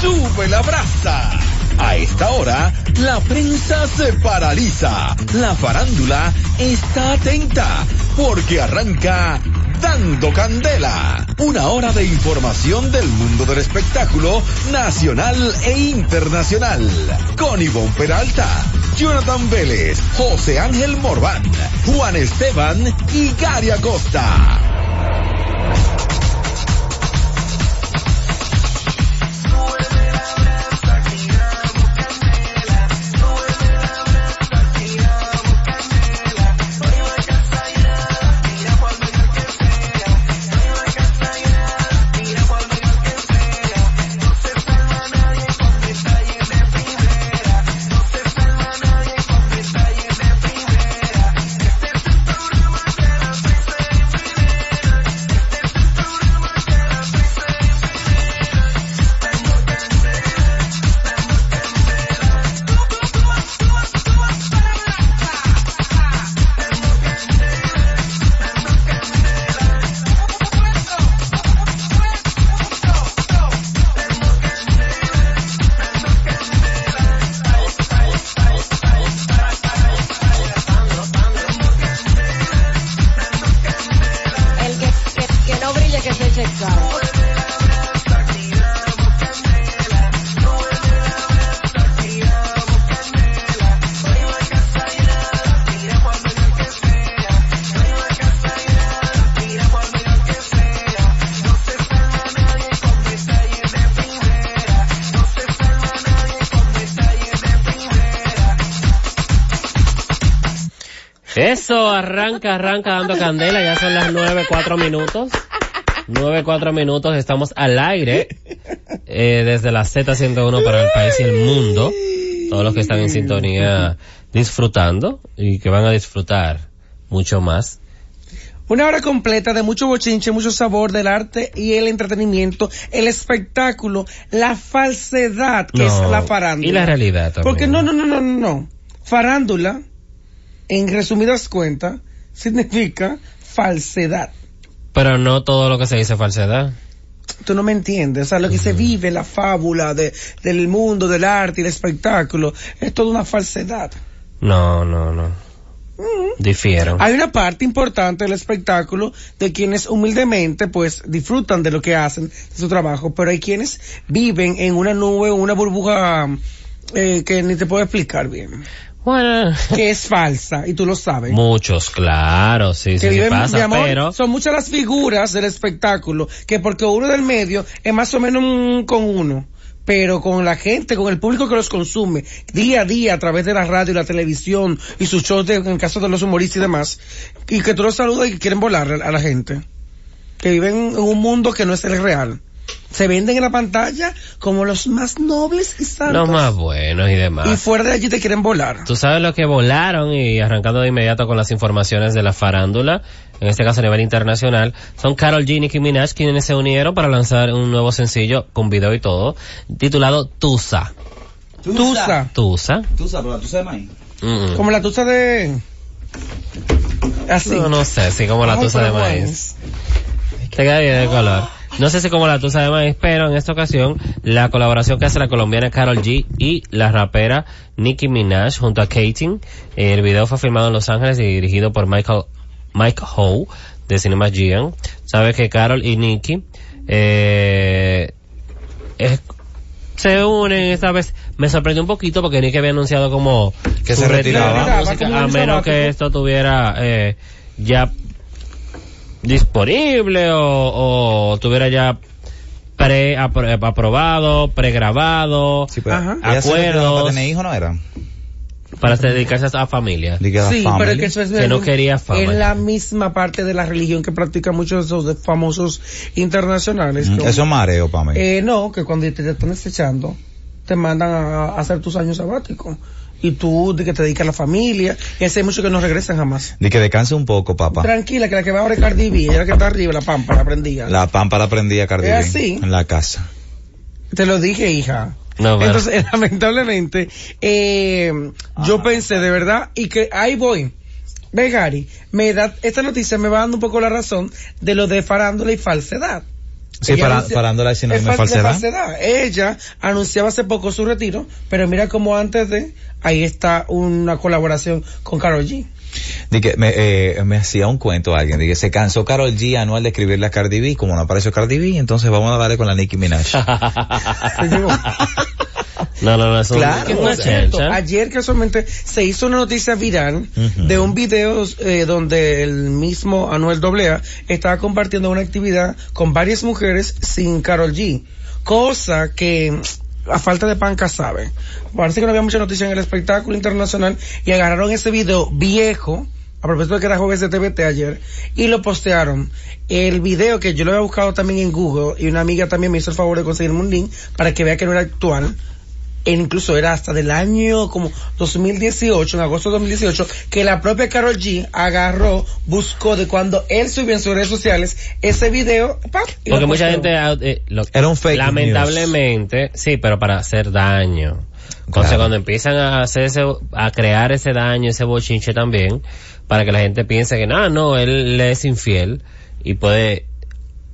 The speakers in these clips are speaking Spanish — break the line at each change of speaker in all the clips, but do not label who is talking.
sube la brasa. A esta hora, la prensa se paraliza. La farándula está atenta porque arranca Dando Candela. Una hora de información del mundo del espectáculo nacional e internacional. Con Ivonne Peralta, Jonathan Vélez, José Ángel Morván, Juan Esteban y Gary Acosta.
El que, que- que no brille, que se eche cara.
Eso, arranca, arranca dando candela, ya son las nueve, cuatro minutos. Nueve, cuatro minutos, estamos al aire, eh, desde la Z101 para el país y el mundo. Todos los que están en sintonía disfrutando y que van a disfrutar mucho más.
Una hora completa de mucho bochinche, mucho sabor del arte y el entretenimiento, el espectáculo, la falsedad que
No,
es la farándula.
Y la realidad también.
Porque no, no, no, no, no, no. Farándula, en resumidas cuentas, significa falsedad.
Pero no todo lo que se dice es falsedad.
Tú no me entiendes. O sea, lo que se vive, la fábula de, del mundo, del arte y el espectáculo, es toda una falsedad.
No, no, no. Difiero.
Hay una parte importante del espectáculo de quienes humildemente pues disfrutan de lo que hacen, de su trabajo, pero hay quienes viven en una nube, una burbuja eh, que ni te puedo explicar bien,
Bueno.
que es falsa y tú lo sabes.
Muchos, claro, sí,
que
sí, sí
viven, mi
pasa,
amor,
pero...
son muchas las figuras del espectáculo, que porque uno del medio es más o menos un con uno, pero con la gente, con el público que los consume, día a día a través de la radio y la televisión y sus shows de, en el caso de los humoristas y demás, y que tú los saludas y que quieren volar a, a la gente, que viven en un mundo que no es el real. Se venden en la pantalla como los más nobles y santos.
Los más buenos y
y
demás.
fuera de allí te quieren volar.
Tú sabes lo que volaron y arrancando de inmediato con las informaciones de la farándula, en este caso a nivel internacional, son Carol G y Nicki Minaj quienes se unieron para lanzar un nuevo sencillo con video y todo, titulado Tusa.
Tusa.
Tusa.
Tusa, pero la tusa de maíz.
Mm.
Como la tusa de... Así.
No, no sé, sí, como la
Ay,
tusa de
pero
maíz. Te queda bien el color. No sé si como la tusa de maíz, pero en esta ocasión la colaboración que hace la colombiana Carol G y la rapera Nicki Minaj junto a Kating. El video fue filmado en Los Ángeles y dirigido por Michael, Mike Howe de Cinema Gian. Sabes que Carol y Nicki, eh, es- se unen esta vez. Me sorprendió un poquito porque Nicki había anunciado como
Que
su
se
retiro de la
retiraba.
Se retiraba, como
a
un
menos
sabático.
que esto tuviera eh, ya disponible o, o tuviera ya pre apro- eh, aprobado, pregrabado
Sí, pues, pero
Ajá.
ella se retiraba
Acuerdos.
para tener hijos, ¿no era?
para dedicarse a familia.
Di que era
Sí,
family.
pero es que eso es
Que no quería fama.
Es la misma parte de la religión que practican muchos de esos famosos internacionales.
Mm,
que-
Eso es mareo, Pamela.
eh, no, que cuando te, te están desechando, te mandan a, a hacer tus años sabáticos. Y tú de que te dedicas a la familia. Y hace mucho que no regresan jamás.
Di que descanse un poco, papá.
Tranquila, que la que va ahora es Cardi B, ella la que está arriba, la pampa, la prendía.
La pampa la prendía Cardi
Es
B
así.
en la casa.
Te lo dije, hija.
No, pero-
Entonces, lamentablemente, eh, yo pensé de verdad y que ahí voy. Ve, Gary, me da, esta noticia me va dando un poco la razón de lo de farándula y falsedad.
Sí,
Ella
para-
anuncia-
parándola es sinónimo de
fal-
falsedad.
Ella anunciaba hace poco su retiro, pero mira como antes de, ahí está una colaboración con Karol G.
Di que me, eh, me hacía un cuento alguien, de que se cansó Carol G anual de escribirle a Cardi B, como no apareció Cardi B, entonces vamos a darle con la Nicki Minaj.
este,
No, no, no, es un-
Claro,
es
Por
una
cierto,
chelcha.
ayer casualmente se hizo una noticia viral
Ujú.
de un video eh, donde el mismo Anuel Doblea estaba compartiendo una actividad con varias mujeres sin Carol G. Cosa que a falta de panca sabe. Parece que no había mucha noticia en el espectáculo internacional y agarraron ese video viejo. A propósito de que era jueves de TVT ayer, y lo postearon. El video que yo lo había buscado también en Google, y una amiga también me hizo el favor de conseguirme un link para que vea que no era actual, e incluso era hasta del año como 2018, en agosto de 2018, que la propia Carol G agarró, buscó de cuando él subió en sus redes sociales ese video. ¡pap! y lo
Porque mucha
posteó.
gente... ah, eh, lo-
Era un fake
Lamentablemente, sí, pero para hacer daño. Entonces
Claro.
cuando empiezan a hacer ese, a crear ese daño, ese bochinche también, para que la gente piense que, no, no, él le es infiel y puede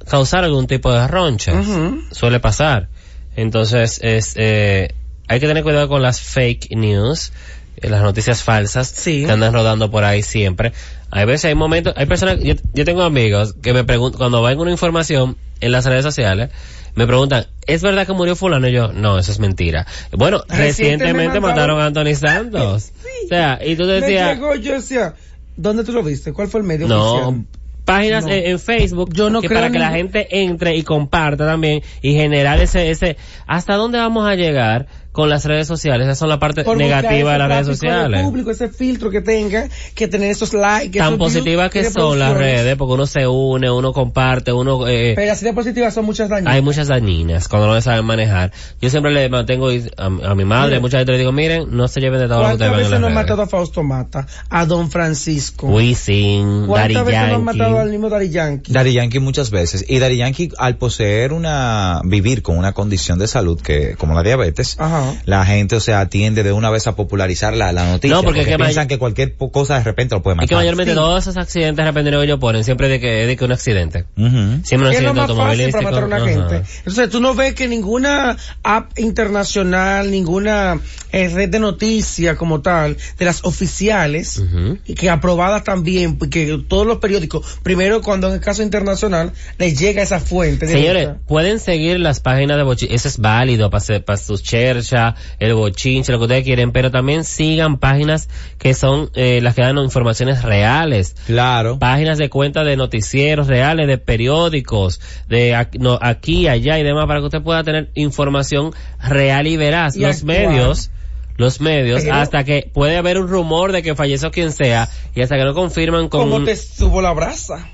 causar algún tipo de ronchas.
Ujú.
Suele pasar. Entonces es, eh, hay que tener cuidado con las fake news, eh, las noticias falsas
Sí.
que andan rodando por ahí siempre. Hay veces, hay momentos, hay personas, yo, yo tengo amigos que me preguntan, cuando ven una información en las redes sociales, me preguntan, ¿es verdad que murió fulano? Y yo, no, eso es mentira. Bueno,
Recientemente
recientemente
mataron-
mataron a Anthony Santos. O sea, y tú
Me
decías,
llegó, yo decía, ¿dónde tú lo viste? ¿Cuál fue el medio
no,
oficial?
páginas
No.
En, en Facebook
Yo no
que
creo
para que la
ningún-
gente entre y comparta también y generar ese, ese, ¿hasta dónde vamos a llegar con las redes sociales? Esas son la parte
Por buscar
negativa
ese
de las redes
tráfico del
sociales.
público, ese filtro que tenga, que tener esos likes.
tan
esos views
positivas
y
que son las
reproducciones.
redes, porque uno se une, uno comparte, uno... Eh,
Pero así de positivas son muchas dañas.
hay muchas dañinas cuando no le saben manejar. Yo siempre le mantengo a, a mi madre,
Mira.
mucha gente le digo, miren, no se lleven de todo lo que ustedes
¿Cuántas
ven
veces
en
no han
las
matado
redes.
a Fausto Mata? A Don Francisco.
Wisin, Daddy
¿Cuántas veces no han matado al
Yankee.
mismo Daddy Yankee?
Dari Yankee muchas veces. Y Dari Yankee al poseer una, vivir con una condición de salud que, como la diabetes,
Ajá.
la gente, o sea, tiende de una vez a popularizar la, la noticia.
No, porque que may-
piensan que cualquier po- cosa de repente lo puede
Y
matar.
que
Ah,
mayormente todos esos accidentes arrepentidos que ellos ponen, siempre de que, de que un accidente.
Ujú.
Siempre un
Es lo
accidente
más fácil
automovilístico.
para matar a una
Ajá.
gente. Entonces, tú no ves que ninguna app internacional, ninguna eh, red de noticias como tal, de las oficiales,
Ujú.
y que aprobadas también, porque todos los periódicos, primero cuando en el caso internacional, les llega esa fuente.
Señores,
directa.
pueden seguir las páginas de bochinche. Eso es válido para sus cherchas, el bochinche, lo que ustedes quieren. Pero también sigan páginas que son eh, las que dan informaciones reales.
Claro.
Páginas de cuenta de noticieros reales, de periódicos, de ac- no, aquí, allá y demás, para que usted pueda tener información real y veraz.
Y
los
actual.
medios, los medios,
Pero-
hasta que puede haber un rumor de que falleció quien sea y hasta que no confirman con...
como
un-
te subo la brasa.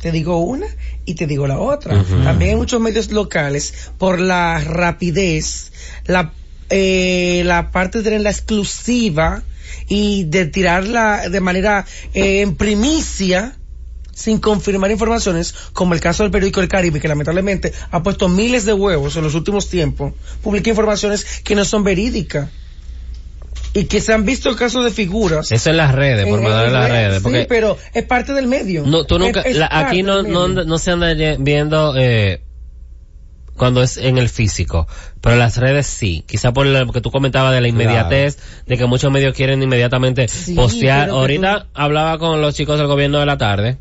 Te digo una y te digo la otra.
Ujú.
También hay muchos medios locales por la rapidez, la, eh, la parte de tener la exclusiva y de tirarla de manera eh, en primicia sin confirmar informaciones, como el caso del periódico El Caribe, que lamentablemente ha puesto miles de huevos en los últimos tiempos, publica informaciones que no son verídicas y que se han visto casos de figuras
Eso en las redes, por
en-
mandar en
en
las
redes,
redes.
Eh, sí,
Porque
pero es parte del medio.
No, tú nunca,
Es- es
la-
parte
aquí no,
del
no,
medio.
anda- no se anda ye- viendo, eh, cuando es en el físico, pero las redes sí, quizá por lo que tú comentabas de la inmediatez, de que muchos medios quieren inmediatamente
Sí,
postear.
pero que
Ahorita hablaba con los chicos del gobierno de la tarde,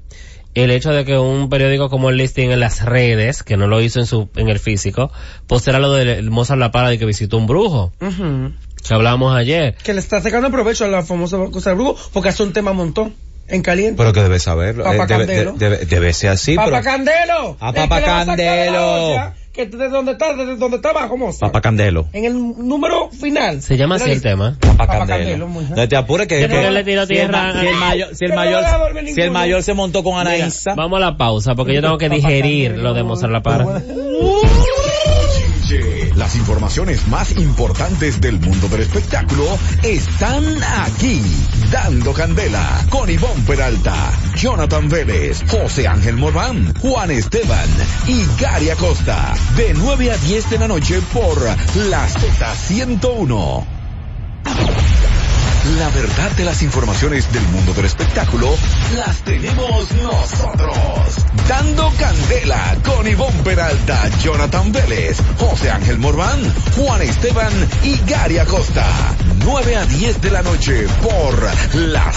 el hecho de que un periódico como el Listing en las redes, que no lo hizo en su, en el físico, posteara lo del Mozart La Parra de que visitó un brujo,
Ujú.
que hablábamos ayer.
Que le está sacando provecho a la famosa cosa del brujo, porque hace un tema montón en caliente.
Pero que debe saberlo.
Papá
Eh, debe,
Candelo.
de- debe, debe ser así,
¡Papá
Pues pero-
Candelo!
A
El que
Papá
la va a sacar de la
Candelo.
olla, Que desde donde está, desde donde está abajo, Mozart.
Papá Candelo.
En el número final.
Se llama así el tema.
Papá
Papá
Candelo.
Candelo, muy bien.
No te apures que,
Yo creo
que-
que le tiró
si el
tierra
ma-
a-
si el mayor, si el
Pero no
mayor,
le va a volver
si el
ninguno.
mayor se montó con
Mira,
Anaísa.
Vamos a la pausa, porque yo tengo que
Papá
digerir
Candelo.
lo de Mozart La Parra.
Las informaciones más importantes del mundo del espectáculo están aquí. Dando Candela con Ivonne Peralta, Jonathan Vélez, José Ángel Morván, Juan Esteban y Gary Acosta. De 9 a 10 de la noche por la Z101. La verdad de las informaciones del mundo del espectáculo las tenemos nosotros. Dando candela con Ivonne Peralta, Jonathan Vélez, José Ángel Morván, Juan Esteban y Gary Acosta. 9 a 10 de la noche por La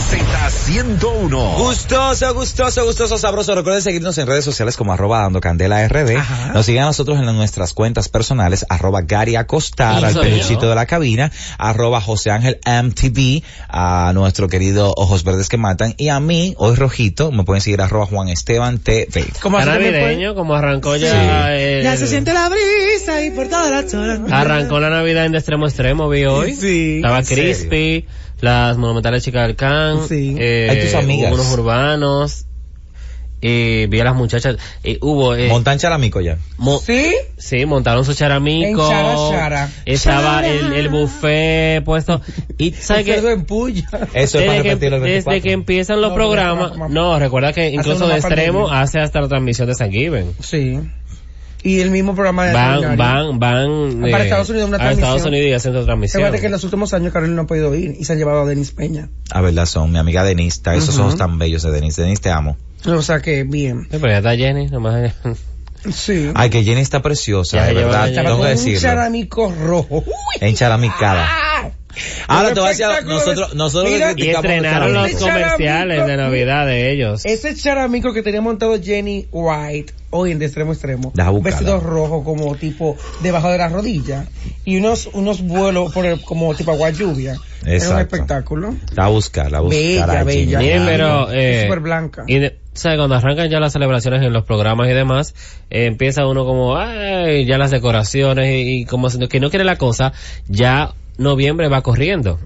Z101.
Gustoso, gustoso, gustoso, sabroso. Recuerden seguirnos en redes sociales como arroba dando candela RD.
Ajá.
Nos sigan a nosotros en nuestras cuentas personales, arroba Gary Acostar,
Y
al
soy
peluchito
yo.
de la cabina, arroba José Ángel MTV, a nuestro querido Ojos Verdes que Matan, y a mí, hoy rojito, me pueden seguir arroba Juan Esteban TV.
Como así también pueden-
navideño, como arrancó ya
eh?
eh.
el-
Ya se siente la brisa y por todas las horas.
Ah,
Arrancó la Navidad en de extremo a extremo, vi hoy.
Sí.
Estaba
¿En serio?
Crispy, las monumentales chicas del Can,
Sí.
eh,
Hay tus amigas.
hubo unos urbanos, eh, vi a las muchachas, eh, hubo... Eh,
Montan Chalamico ya.
mo-
Sí.
Sí, montaron su charamico.
En chara, chara.
Estaba
Chara.
el, el buffet puesto. Y sabes
Cerdo
que
en puya.
Eso es para
desde que,
repetirlo el
desde
24.
que em- empiezan los
No,
programas,
no, no, no.
no, recuerda que incluso
una
de
más
extremo
pandemia.
hace hasta la transmisión de San Given.
Sí. Y el mismo programa de
Van,
Carolina.
van, van.
Para Estados Unidos, una
a Estados
transmisión.
Unidos y hacen su transmisión.
Recuerda que en los últimos años Carolina no ha podido ir y se ha llevado a Denis Peña.
A Ah, verdad son, mi amiga Denise, ta- esos
Ujú.
ojos tan bellos de Denise. Denise, te amo.
O sea que bien.
Sí, pero ya está Jenny, nomás.
Sí.
Ay, que Jenny está preciosa,
Ya
de
se lleva
verdad,
la
Estaba
tengo
con
que
un
decirlo.
charamico rojo. Uy.
En Charamicada. Ahora
Un
te voy a decir,
espectáculo
nosotros,
de-
nosotros
Mira,
le
Y
criticamos
estrenaron
mucho a
los
Denise.
Charamico.
comerciales de Navidad de ellos.
Ese charamico que tenía montado Jenny White hoy en de extremo a extremo.
Deja
un
buscarla.
vestido rojo como tipo debajo de la rodilla y unos unos vuelos por el- como tipo agua lluvia. Era
Exacto.
un espectáculo.
La busca, la busca.
Bella, bella.
Miren,
blanca,
pero, eh,
Súper blanca.
Y de- ¿sabes? cuando arrancan ya las celebraciones en los programas y demás, eh, empieza uno como, ay, ya las decoraciones y, y como si- que no quiere la cosa, ya noviembre va corriendo.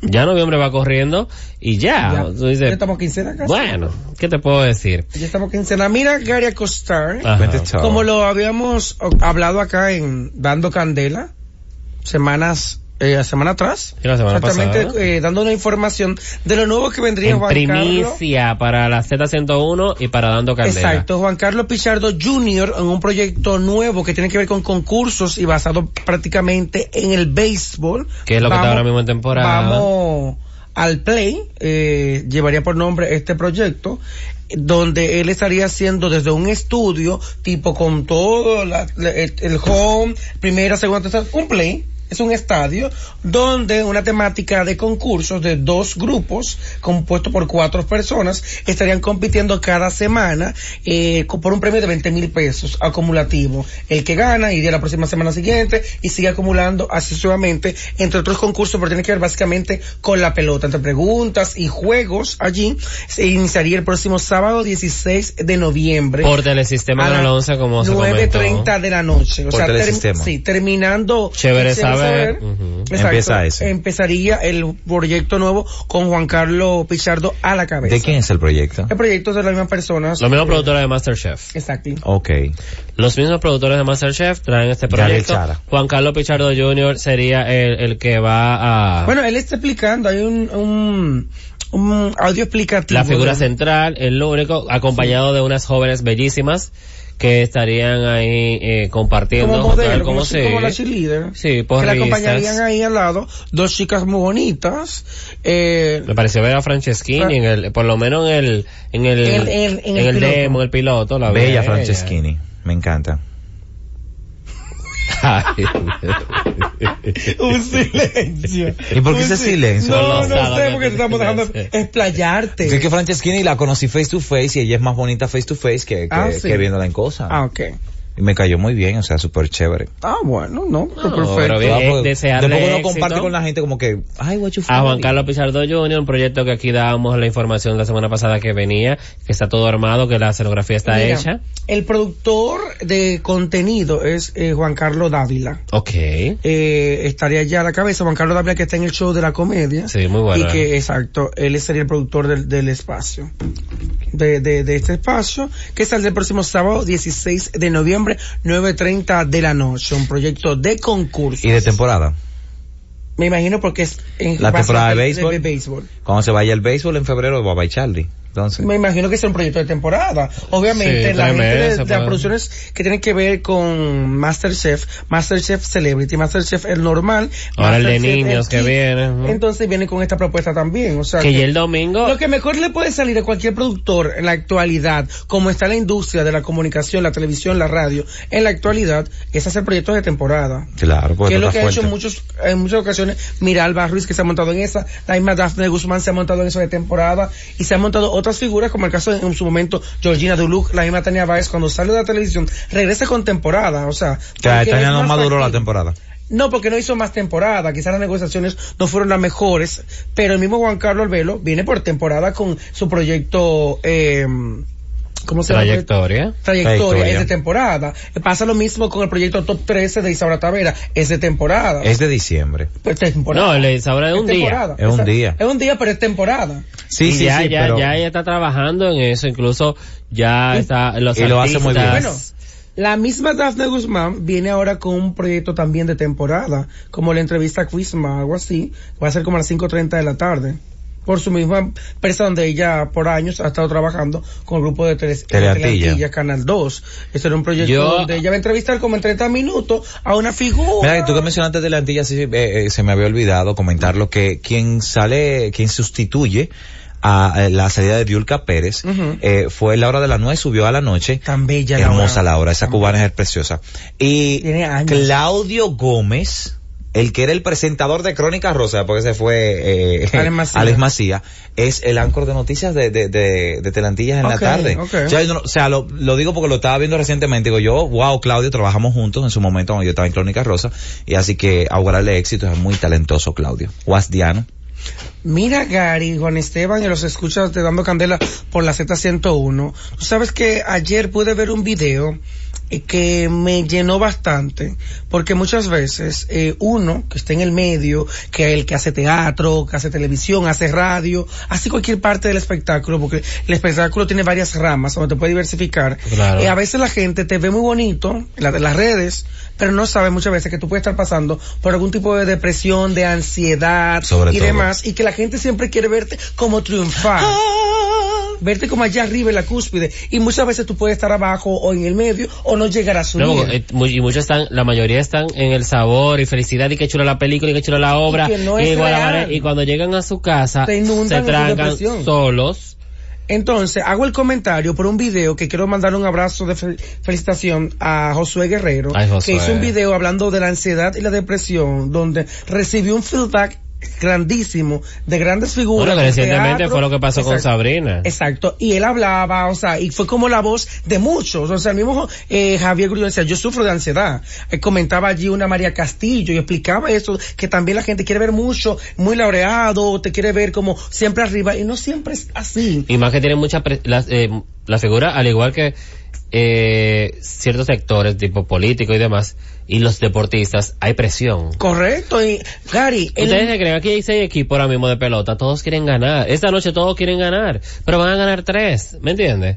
Ya noviembre va corriendo y
Ah,
ya.
Ya.
Tú dices,
Ya estamos quincena casi.
bueno, ¿qué te puedo decir?
Ya estamos quincena. Mira Gary Acostar.
Ajá.
Vete, chao.
Como lo habíamos o- hablado acá en Dando Candela, semanas, eh, semana atrás.
Sí, la semana
exactamente,
pasada.
eh, dando una información de lo nuevo que vendría
En
Juan Carlos.
primicia para la Z101 y para Dando Candela.
Exacto, Juan Carlos Pichardo Jr. en un proyecto nuevo que tiene que ver con concursos y basado prácticamente en el béisbol.
Que es lo que está ahora mismo en temporada.
Vamos al play, eh, llevaría por nombre este proyecto, donde él estaría haciendo desde un estudio, tipo con todo, la- la- el, el home, primera, segunda, tercera, un play. Es un estadio donde una temática de concursos de dos grupos compuesto por cuatro personas estarían compitiendo cada semana eh, co- por un premio de 20 mil pesos acumulativo. El que gana iría la próxima semana siguiente y sigue acumulando así sucesivamente entre otros concursos, pero tiene que ver básicamente con la pelota, entre preguntas y juegos allí. Se iniciaría el próximo sábado 16 de noviembre.
Por telesistema
a
de
las
la 11 como se comentó.
9.30 de la noche. O
Por
sea, ter-
Telesistema.
sí, terminando.
Chévere saber.
Quisiera
Ujú.
Exacto.
Empieza ese.
Empezaría el proyecto nuevo con Juan Carlos Pichardo a la cabeza.
¿De quién es el proyecto?
El proyecto es de la misma persona.
Los mismos productores de Masterchef.
Exacto.
Ok.
Los mismos productores de Masterchef traen este
Gabriel
proyecto.
Chara.
Juan Carlos Pichardo Jr. sería el, el que va a...
Bueno, él está explicando, hay un, un, un audio explicativo.
la figura
de-
central, el único, acompañado de unas jóvenes bellísimas que estarían ahí eh, compartiendo.
como
junto a él,
modelo, como,
sí.
como la cheerleader.
Sí,
que la
porristas.
acompañarían ahí al lado, dos chicas muy bonitas, eh,
Me pareció ver a
Fra-
Franceschini, en el, por lo menos en el, en el,
Ah. En el- en el- en el piloto.
demo, en el piloto, la vi a
Bella
ella.
Franceschini. Me encanta.
Ay,
un silencio.
¿Y por qué
Pues
Un
ese
sil-
silencio?
No,
Los
no
sábados
sé,
que
porque te
tú
estamos dejando
tienes.
explayarte.
Es que Franceschini la conocí face to face y ella es más bonita face to face que, que,
Ah, sí.
que viéndola en cosa.
Ah, ok.
Y me cayó muy bien, o sea, súper chévere.
Ah, bueno, no, pues
No,
perfecto.
pero bien,
Ah, porque
desearle
después uno
éxito.
comparte con la gente como que, ay, what you
a Juan
feeling?
Carlos Pichardo Jr., un proyecto que aquí dábamos la información la semana pasada que venía, que está todo armado, que la escenografía está
Mira,
hecha.
El productor de contenido es eh, Juan Carlos Dávila.
Ok.
Eh, estaría ya a la cabeza Juan Carlos Dávila que está en el show de la comedia.
Sí, muy bueno.
Y que, exacto, él sería el productor del, del espacio. De, de, de este espacio, que saldrá el próximo sábado 16 de noviembre, 9.30 de la noche. Un proyecto de concurso.
Y de temporada.
Me imagino porque es en
La
base
temporada de
de
béisbol.
de béisbol.
Cuando se vaya el béisbol en febrero, va a Charlie. entonces.
Me imagino que es un proyecto de temporada. Obviamente,
Sí,
la
tres
gente de,
meses,
de
pues.
las producciones que tienen que ver con Masterchef, Masterchef Celebrity, Masterchef el normal.
Ahora el de
Masterchef
niños que
Kids.
viene, ujú.
Entonces vienen con esta propuesta también. O sea,
Que
que-
ya el domingo.
lo que mejor le puede salir a cualquier productor en la actualidad, como está la industria de la comunicación, la televisión, la radio, en la actualidad, es hacer proyectos de temporada.
Claro, porque
que es lo
tú
que
te
ha
das
hecho en,
cuenta.
muchos, en muchas ocasiones Miralba Ruiz que se ha montado en esa, la misma Daphne Guzmán se ha montado en eso de temporada y se han montado otras figuras como el caso en, en su momento Georgina Duluc, la misma Tania Báez cuando sale de la televisión regresa con temporada, o sea,
Que a
porque
Tania
es
no
más
maduró la
factible.
temporada.
No, porque no hizo más temporada, quizás las negociaciones no fueron las mejores, pero el mismo Juan Carlos Albelo viene por temporada con su proyecto, eh, ¿cómo se llama?
Trayectoria.
trayectoria,
Trayectoria.
es de temporada. Pasa lo mismo con el proyecto Top 13 de Isaura Tavera, es de temporada.
Es de diciembre.
Pues temporada.
No, el de Isaura es
Es
un día.
temporada.
Es un
Esa-
día.
Es un día, pero es temporada.
Sí,
y
sí,
ya,
sí,
ya,
pero-
ya ella está trabajando en eso, incluso ya está los
y lo hace muy bien.
artistas-
Bueno, la misma Daphne Guzmán viene ahora con un proyecto también de temporada, como la entrevista a Quisma, algo así. Va a ser como a las 5.30 de la tarde. Por su misma empresa donde ella por años ha estado trabajando con el grupo de tele-
Teleantilla.
Teleantilla, Canal 2. Este era un proyecto
Yo-
donde ella va a entrevistar como en 30 minutos a una figura.
Mira, tú que mencionaste de la antilla, sí, sí, eh, eh, se me había olvidado comentar lo que quien sale, quien sustituye a eh, la salida de Diulca Pérez
Ujú.
eh, fue Laura de la Nuez, subió a la noche.
Tan bella Laura.
Hermosa Laura, esa cubana es preciosa. Y
Tiene años.
Claudio Gómez, el que era el presentador de Crónicas Rosa, porque se fue eh,
Alex Macías.
Alex Macías, es el áncor de noticias de, de, de, de Telantillas en
Ok,
la tarde.
ok.
Ya yo no- o sea, lo, lo digo porque lo estaba viendo recientemente. Digo yo, wow, Claudio, trabajamos juntos en su momento cuando yo estaba en Crónicas Rosa. Y así que augurarle éxito, es muy talentoso Claudio. Guasdiano.
Mira, Gary, Juan Esteban, y los escuchas de Dando Candela por la Z101. Tú sabes que ayer pude ver un video eh, que me llenó bastante, porque muchas veces eh, uno que está en el medio, que el que hace teatro, que hace televisión, hace radio, hace cualquier parte del espectáculo, porque el espectáculo tiene varias ramas donde te puede diversificar.
Claro.
Eh, a veces la gente te ve muy bonito, la de las redes, pero no sabe muchas veces que tú puedes estar pasando por algún tipo de depresión, de ansiedad
Sobre
y
todo.
demás y que la gente siempre quiere verte como triunfar.
Ah.
Verte como allá arriba en la cúspide. Y muchas veces tú puedes estar abajo o en el medio o no llegar a subir.
No, porque, eh, mu- y muchos están, la mayoría están en el sabor y felicidad y que chula la película y que chula la obra.
Y que no
y,
es
Guadalajara,
real.
y cuando llegan a su casa,
Te inundan
se
en su
trancan
depresión.
solos.
Entonces, hago el comentario por un video que quiero mandar un abrazo de fel- felicitación a Josué Guerrero,
Ay, Josué.
que hizo un video hablando de la ansiedad y la depresión, donde recibió un feedback grandísimo de grandes figuras.
Bueno, que
de
recientemente
teatro.
fue lo que pasó con
Exacto.
Sabrina.
Exacto, y él hablaba, o sea, y fue como la voz de muchos, o sea, el mismo eh, Javier Grullón decía, yo sufro de ansiedad, Eh, comentaba allí una María Castillo y explicaba eso, que también la gente quiere ver mucho, muy laureado, te quiere ver como siempre arriba, y no siempre es así.
Y más que tienen muchas, pre- las, eh, la figura, al igual que, eh, ciertos sectores, tipo político y demás, y los deportistas, hay presión.
Correcto, y Gary, el-
Ustedes se creen, aquí hay seis equipos ahora mismo de pelota, todos quieren ganar. Esta noche todos quieren ganar, pero van a ganar tres, ¿me entiendes?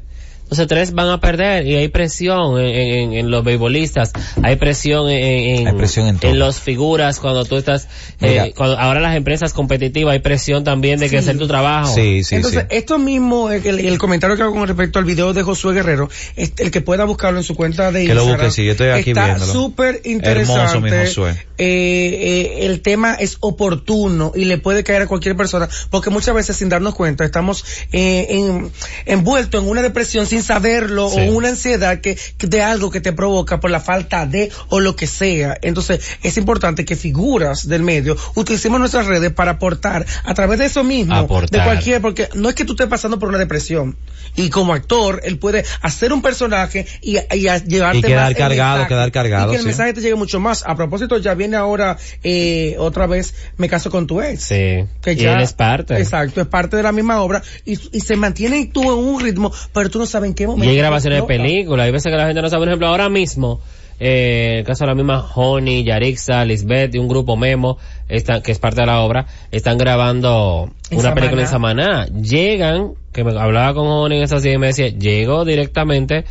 Entonces tres van a perder y hay presión en, en- en los beisbolistas, hay presión en, en,
Hay presión en todo.
los figuras cuando tú estás, eh,
Mira.
cuando ahora las empresas competitivas hay presión también de que hacer tu trabajo.
Sí, sí,
Ah, Entonces,
sí.
esto mismo, el, el comentario que hago con respecto al video de Josué Guerrero, este, el que pueda buscarlo en su cuenta de
Que lo
Instagram.
busque, sí, yo estoy aquí
está
viéndolo.
súper
Hermoso, mi
interesante.
Josué.
Eh, eh, el tema es oportuno y le puede caer a cualquier persona, porque muchas veces sin darnos cuenta estamos eh, en- envueltos en una depresión sin saberlo
Sí.
o una ansiedad que, que de algo que te provoca por la falta de o lo que sea. Entonces, es importante que figuras del medio utilicemos nuestras redes para aportar a través de eso mismo,
Aportar.
de cualquier porque no es que tú estés pasando por una depresión. Y como actor, él puede hacer un personaje y, y a- llevarte
Y quedar
más el
cargado,
mensaje.
quedar cargado,
Y que el
sí.
mensaje te llegue mucho más. A propósito, ya viene ahora eh, otra vez Me caso con tu ex.
Sí.
Que
y
ya,
él es parte.
Exacto, es parte de la misma obra y, y se mantiene tú en un ritmo, pero tú no sabes en qué
Y
momento.
hay grabaciones de
explota.
películas. Hay veces que la gente no sabe. Por ejemplo, ahora mismo, eh, el caso de la misma Honey, Yarixa, Lisbeth y un grupo Memo, están, que es parte de la obra, están grabando
En
una
Samaná.
película en Samaná. Llegan, que me hablaba con Honey en esa silla y me decía, llego directamente
A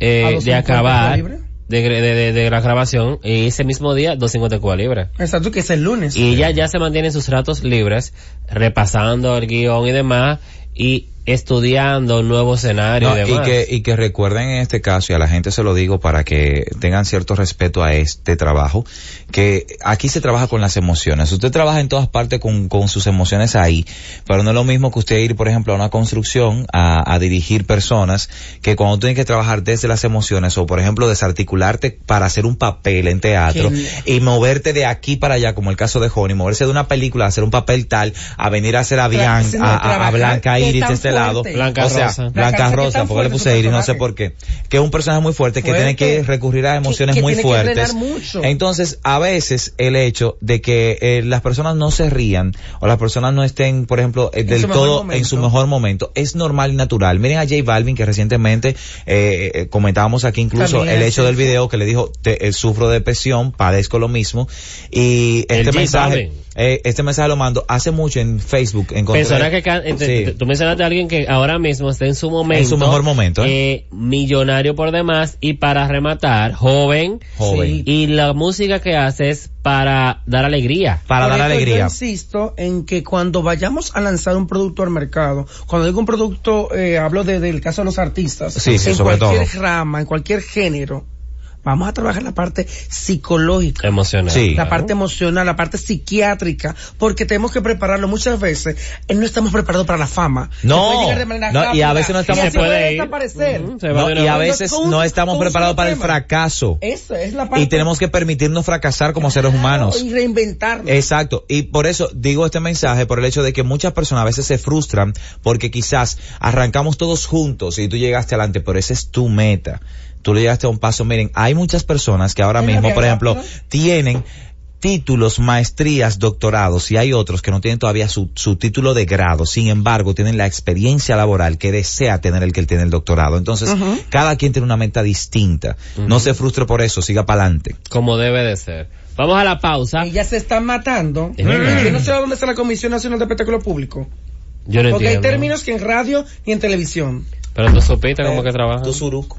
eh,
250
de acabar
libre.
de, gre- de, de- de la grabación y ese mismo día 250 Cuba Libre.
Exacto, que es el lunes.
Y ella ya se mantiene en sus ratos libres, repasando el guión y demás, y estudiando nuevos escenarios
No,
y
y,
demás.
que, y que recuerden en este caso, y a la gente se lo digo para que tengan cierto respeto a este trabajo, que aquí se trabaja con las emociones. Usted trabaja en todas partes con, con sus emociones ahí, pero no es lo mismo que usted ir, por ejemplo, a una construcción a, a dirigir personas, que cuando tienen que trabajar desde las emociones o, por ejemplo, desarticularte para hacer un papel en teatro
Qué
y moverte de aquí para allá, como el caso de Honey, moverse de una película a hacer un papel tal, a venir a hacer a Bianca,
haciendo
a, a- a
trabajar,
Blanca
qué
Iris
tan
de este
fuerte.
lado.
Blanca
o sea,
Rosa.
Blanca
Blanca
Rosa,
Rosa,
tan
porque le
fuerte su
puse Iris, no sé
personaje.
por qué. Que es un personaje muy fuerte, que
Fuerte.
tiene que recurrir a emociones
que
muy
tiene que
fuertes.
drenar mucho.
Entonces, a veces el hecho de que eh, las personas no se rían o las personas no estén, por ejemplo, eh, del
su mejor
todo en
momento.
su mejor momento, es normal y natural. Miren a J Balvin que recientemente eh, eh, comentábamos aquí incluso
También
el
es
hecho del video que le dijo, te, eh, sufro depresión, padezco lo mismo. Y
El
este
J
mensaje,
Balvin.
eh, este mensaje lo mando hace mucho en Facebook. encontré-
Personas que can- eh, te-
Sí.
tú mencionaste a alguien que ahora mismo está en su momento.
En su mejor momento, ¿eh?
eh, millonario por demás y para rematar, joven.
Joven.
Sí.
Y la música que hace es para dar alegría.
Para
Por
dar
eso Yo
alegría.
insisto en que cuando vayamos a lanzar un producto al mercado, cuando digo un producto, eh, hablo de- del caso de los artistas,
Sí, sí,
en
sobre
cualquier
todo.
rama, en cualquier género, vamos a trabajar la parte psicológica.
Emocional.
Sí.
La parte emocional, la parte psiquiátrica, porque tenemos que prepararlo. Muchas veces eh, no estamos preparados para la fama.
No,
Que puede llegar de manera
no, y a
rápida,
veces no estamos-
y así
Se puede
puede
ir.
desaparecer.
Ujú, se va
No,
de una
y a
vez.
veces
Con un-
no estamos
con un
preparados para el
tema.
fracaso.
Eso es la parte.
Y tenemos que permitirnos fracasar como seres humanos.
Y reinventarnos.
Exacto. Y por eso digo este mensaje, por el hecho de que muchas personas a veces se frustran porque quizás arrancamos todos juntos y tú llegaste adelante, pero esa es tu meta. Tú le llegaste a un paso. Miren, hay muchas personas que ahora
Bueno,
mismo,
que
por ejemplo,
rápido.
tienen títulos, maestrías, doctorados y hay otros que no tienen todavía su, su título de grado, sin embargo tienen la experiencia laboral que desea tener el que tiene el doctorado. Entonces, cada quien tiene una meta distinta. No se frustre por eso, siga para adelante.
Como debe de ser. Vamos a la pausa.
Ella se está matando.
Es verdad.
Yo no sé a dónde está la Comisión Nacional de Espectáculo Público.
Yo no
Porque hay
entiendo.
términos Eh, que en radio y en televisión.
Pero tú supiste cómo que trabaja.
suruco.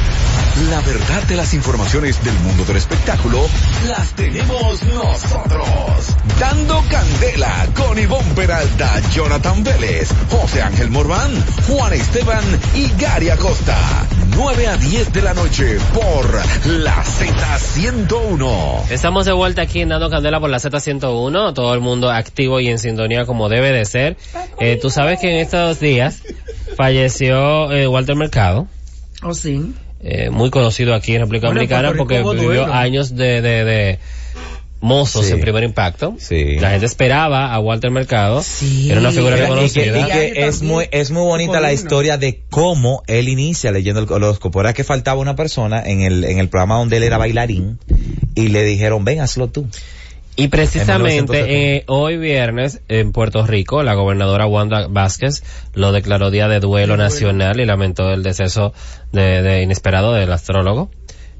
La verdad de las informaciones del mundo del espectáculo las tenemos nosotros. Dando candela con Ivonne Peralta, Jonathan Vélez, José Ángel Morván, Juan Esteban y Gary Acosta. 9 a 10 de la noche por la Z101.
Estamos de vuelta aquí en Dando Candela por la Z101, todo el mundo activo y en sintonía como debe de ser. Eh, tú sabes que en estos días falleció eh, Walter Mercado,
¿O sí?
eh, muy conocido aquí en República
Bueno, en
Dominicana
Puerto
porque
Rico hubo
vivió
duelo.
años de, de, de mozos
Sí.
en primer impacto.
Sí.
La gente esperaba a Walter Mercado,
Sí.
era una figura
Era-
Y que, y
reconocida.
que
Diario
es
también,
muy es muy bonita
columna.
la historia de cómo él inicia leyendo el horóscopo. Era que faltaba una persona en el en el programa donde él era bailarín y le dijeron, "Ven, hazlo tú."
Y
En
precisamente
1970.
eh, hoy viernes en Puerto Rico, la gobernadora Wanda Vázquez lo declaró día de duelo nacional y lamentó el deceso de, de inesperado del astrólogo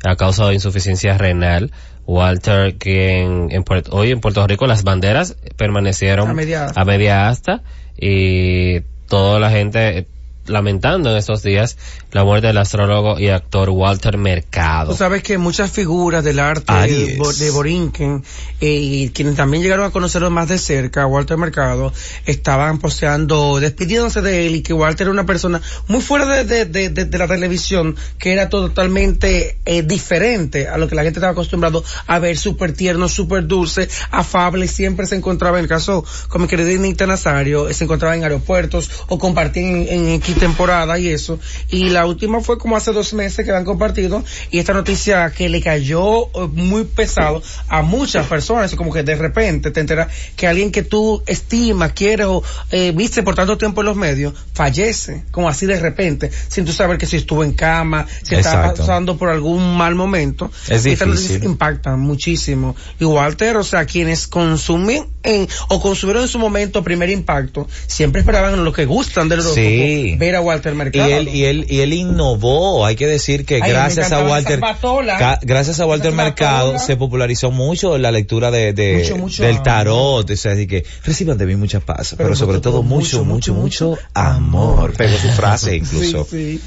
a causa de insuficiencia renal. Walter, quien en Puerto- hoy en Puerto Rico las banderas permanecieron
A media asta.
a media asta y toda la gente eh, lamentando en estos días la muerte del astrólogo y actor Walter Mercado.
Tú sabes que muchas figuras del arte
Aries.
de, Bo- de Borinquen eh, y quienes también llegaron a conocerlo más de cerca, Walter Mercado, estaban poseando, despidiéndose de él y que Walter era una persona muy fuera de, de- de- de- de la televisión, que era totalmente eh, diferente a lo que la gente estaba acostumbrado a ver, súper tierno, súper dulce, afable, siempre se encontraba en el caso con mi querida Nita Nazario, eh, se encontraba en aeropuertos o compartían en, en X temporada y eso. Y la última fue como hace dos meses que la han compartido y esta noticia que le cayó eh, muy pesado a muchas personas, como que de repente te enteras que alguien que tú estimas, quieres o eh, viste por tanto tiempo en los medios, fallece, como así de repente, sin tú saber que si estuvo en cama, si estaba
Exacto.
pasando por algún mal momento.
Es
Y estas noticias
difícil.
impactan muchísimo. Y Walter, o sea, quienes consumen en, o consumieron en su momento primer impacto, siempre esperaban lo que gustan del horóscopo.
Sí.
ver a Walter
Y
Mercado.
él, y él, y él innovó, hay que decir que
Ay, me
gracias a
encantaban
Walter,
esas batolas.
ca- gracias a Walter
Esas
Mercado
batolas.
se popularizó mucho la lectura de, de-
Mucho, mucho
del
amor.
tarot, o sea, así que reciban de mí mucha paz, pero,
Pero
sobre
mucho,
todo mucho,
mucho,
mucho,
mucho
mucho amor. Pegó su frase incluso.
Sí, sí.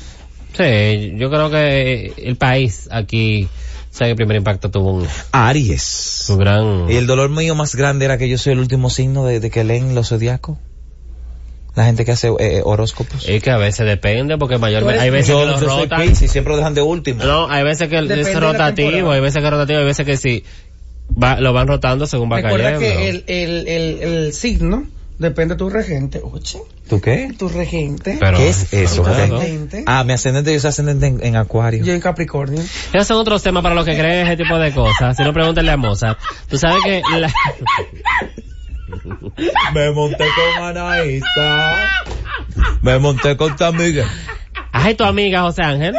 Sí, yo creo que el país aquí, o sea, el primer impacto tuvo un,
Aries.
su gran...
Y el dolor mío más grande era que yo soy el último signo de, de que leen los zodiacos. La gente que hace eh, horóscopos.
Es que a veces depende, porque mayormente hay veces que
yo,
los
yo soy
rotan.
Piscis, siempre lo dejan de último.
No, hay veces que
Depende de
es
la
rotativo,
temporada.
hay veces que es rotativo, hay veces que sí. Va, lo van rotando según va
Recuerda
cayendo.
que el, el, el, el signo depende de tu regente. Oye,
¿Tú qué?
tu regente.
Pero-
¿Qué es eso?
tu
claro.
ascendente.
Ah, mi ascendente, yo soy ascendente en, en acuario.
Yo en Capricornio.
Esos son otros temas para los que creen ese tipo de cosas. Si no, pregúntenle a Moza. Tú sabes que la...
Me monté con Anaísta. Me monté con tu amiga.
Ay, tu amiga José Ángel.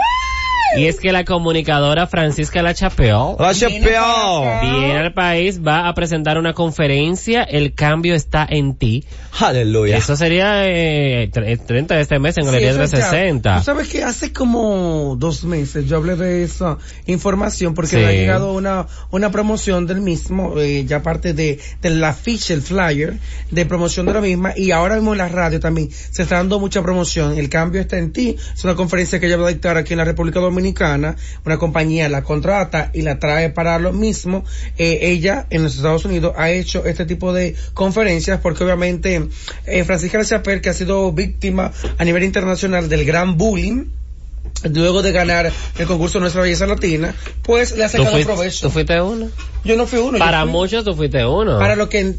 Y es que la comunicadora Francisca La Chapeo
La champion.
viene al país, va a presentar una conferencia, El cambio está en ti.
Aleluya.
Eso sería eh, tre- el 30 de este mes en Galería
Sí, eso ya.
360.
Tú sabes que hace como dos meses yo hablé de esa información porque
Sí.
me ha llegado una, una promoción del mismo, eh, ya parte de, del afiche, el flyer, de promoción de la misma y ahora mismo en la radio también se está dando mucha promoción. El cambio está en ti. Es una conferencia que ella va a dictar aquí en la República Dominicana. Una compañía la contrata y la trae para lo mismo. Eh, ella en los Estados Unidos ha hecho este tipo de conferencias porque obviamente eh, Francisca García Pérez, que ha sido víctima a nivel internacional del gran bullying, luego de ganar el concurso Nuestra Belleza Latina, pues le ha
¿Tú
sacado
fuiste,
provecho.
tú fuiste uno.
Yo no fui uno. yo
Para
fui-
muchos tú fuiste uno.
Para lo que en-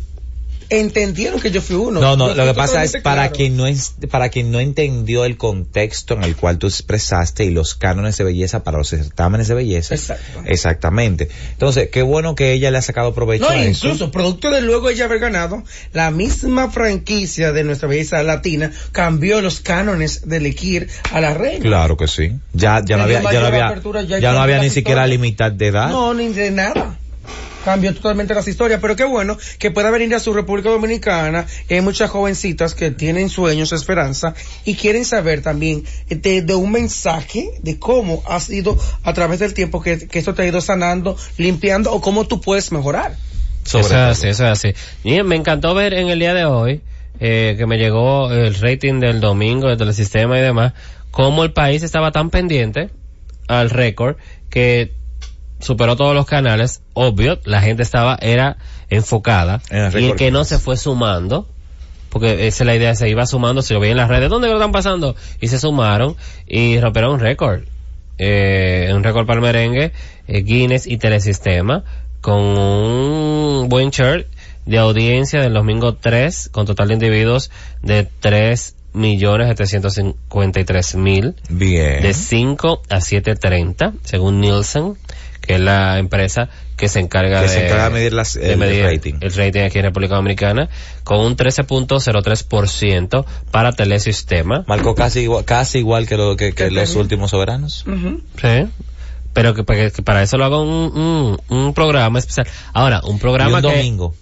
entendieron que yo fui uno.
No,
Yo
no, lo
fui
que pasa es
totalmente
para
claro.
quien no es, para quien no entendió el contexto en el cual tú expresaste y los cánones de belleza para los certámenes de belleza.
Exacto.
Exactamente. Entonces, qué bueno que ella le ha sacado provecho
No,
a eso.
incluso, producto de luego ella haber ganado, la misma franquicia de Nuestra Belleza Latina cambió los cánones del Equir a la reina.
Claro que sí. Ya, ya no
Le dio
había, ya no
mayor
había,
apertura, ya hay
ya no había ni
casi
siquiera
todo.
límite de edad.
No, ni de nada. Cambió totalmente las historias, pero qué bueno que pueda venir a su República Dominicana. Hay muchas jovencitas que tienen sueños, esperanza y quieren saber también eh, de, de un mensaje de cómo ha sido a través del tiempo que, que esto te ha ido sanando, limpiando o cómo tú puedes mejorar.
Sobre
eso es
todo.
así, eso es así. Y me encantó ver en el día de hoy, eh, que me llegó el rating del domingo, del sistema y demás, cómo el país estaba tan pendiente al récord que superó todos los canales. Obvio, la gente estaba, era enfocada.
En
y
el
el
récord.
que no se fue sumando, porque esa es la idea, se iba sumando, se lo veía en las redes, ¿dónde lo están pasando? Y se sumaron y rompieron un récord. Eh, un récord para el merengue, eh, Guinness y Telesistema, con un buen chart de audiencia del domingo 3, con total de individuos de 3 millones mil
Bien.
de 5 a 7.30, según Nielsen, que es la empresa que se encarga,
Que
de,
se encarga de medir las- el rating.
el rating aquí en República Dominicana, con un 13.03% para Telesistema.
Marcó casi igual, casi igual que, lo, que, que
Que
los
tenía.
últimos soberanos.
Ujú.
Sí. Pero que, para que- para eso lo hago un, un- un programa especial. Ahora, un
Y
programa
un
que...
domingo.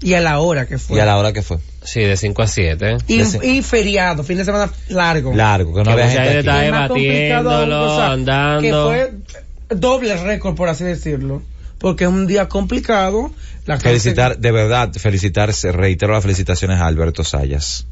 Y a la hora que fue.
Y a la hora que fue.
Sí, de 5 a 7.
Y,
de se-
y feriado, fin de semana largo.
Largo, que no
Que
había
mucha
gente
gente
aquí.
está-
más
debatiéndolo,
complicado aún, o sea,
andando.
Que fue doble récord, por así decirlo. Porque es un día complicado. La gente-
Felicitar, de verdad, felicitarse, reitero las felicitaciones a Alberto Sayas.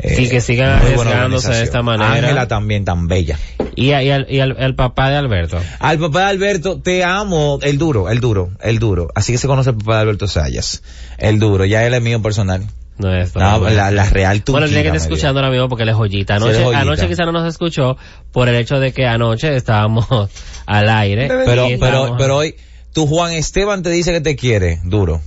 Eh,
Y que sigan
muy buena
arriesgándose de esta
organización.
manera.
Ángela también tan bella.
Y, a- y al, y al- al papá de Alberto.
Al papá de Alberto, te amo. El duro, el duro, el duro. Así que se conoce el papá de Alberto Sayas. El duro, ya él es mío personal.
No es
No,
papá.
la, la real
Bueno,
turquina,
tiene que estar
me dio.
escuchando ahora mismo porque él es joyita.
Sí,
Anoche,
él es joyita.
anoche quizá no nos escuchó por el hecho de que anoche estábamos al aire.
Pero,
Y
pero,
estábamos-
pero hoy, tu Juan Esteban te dice que te quiere, duro.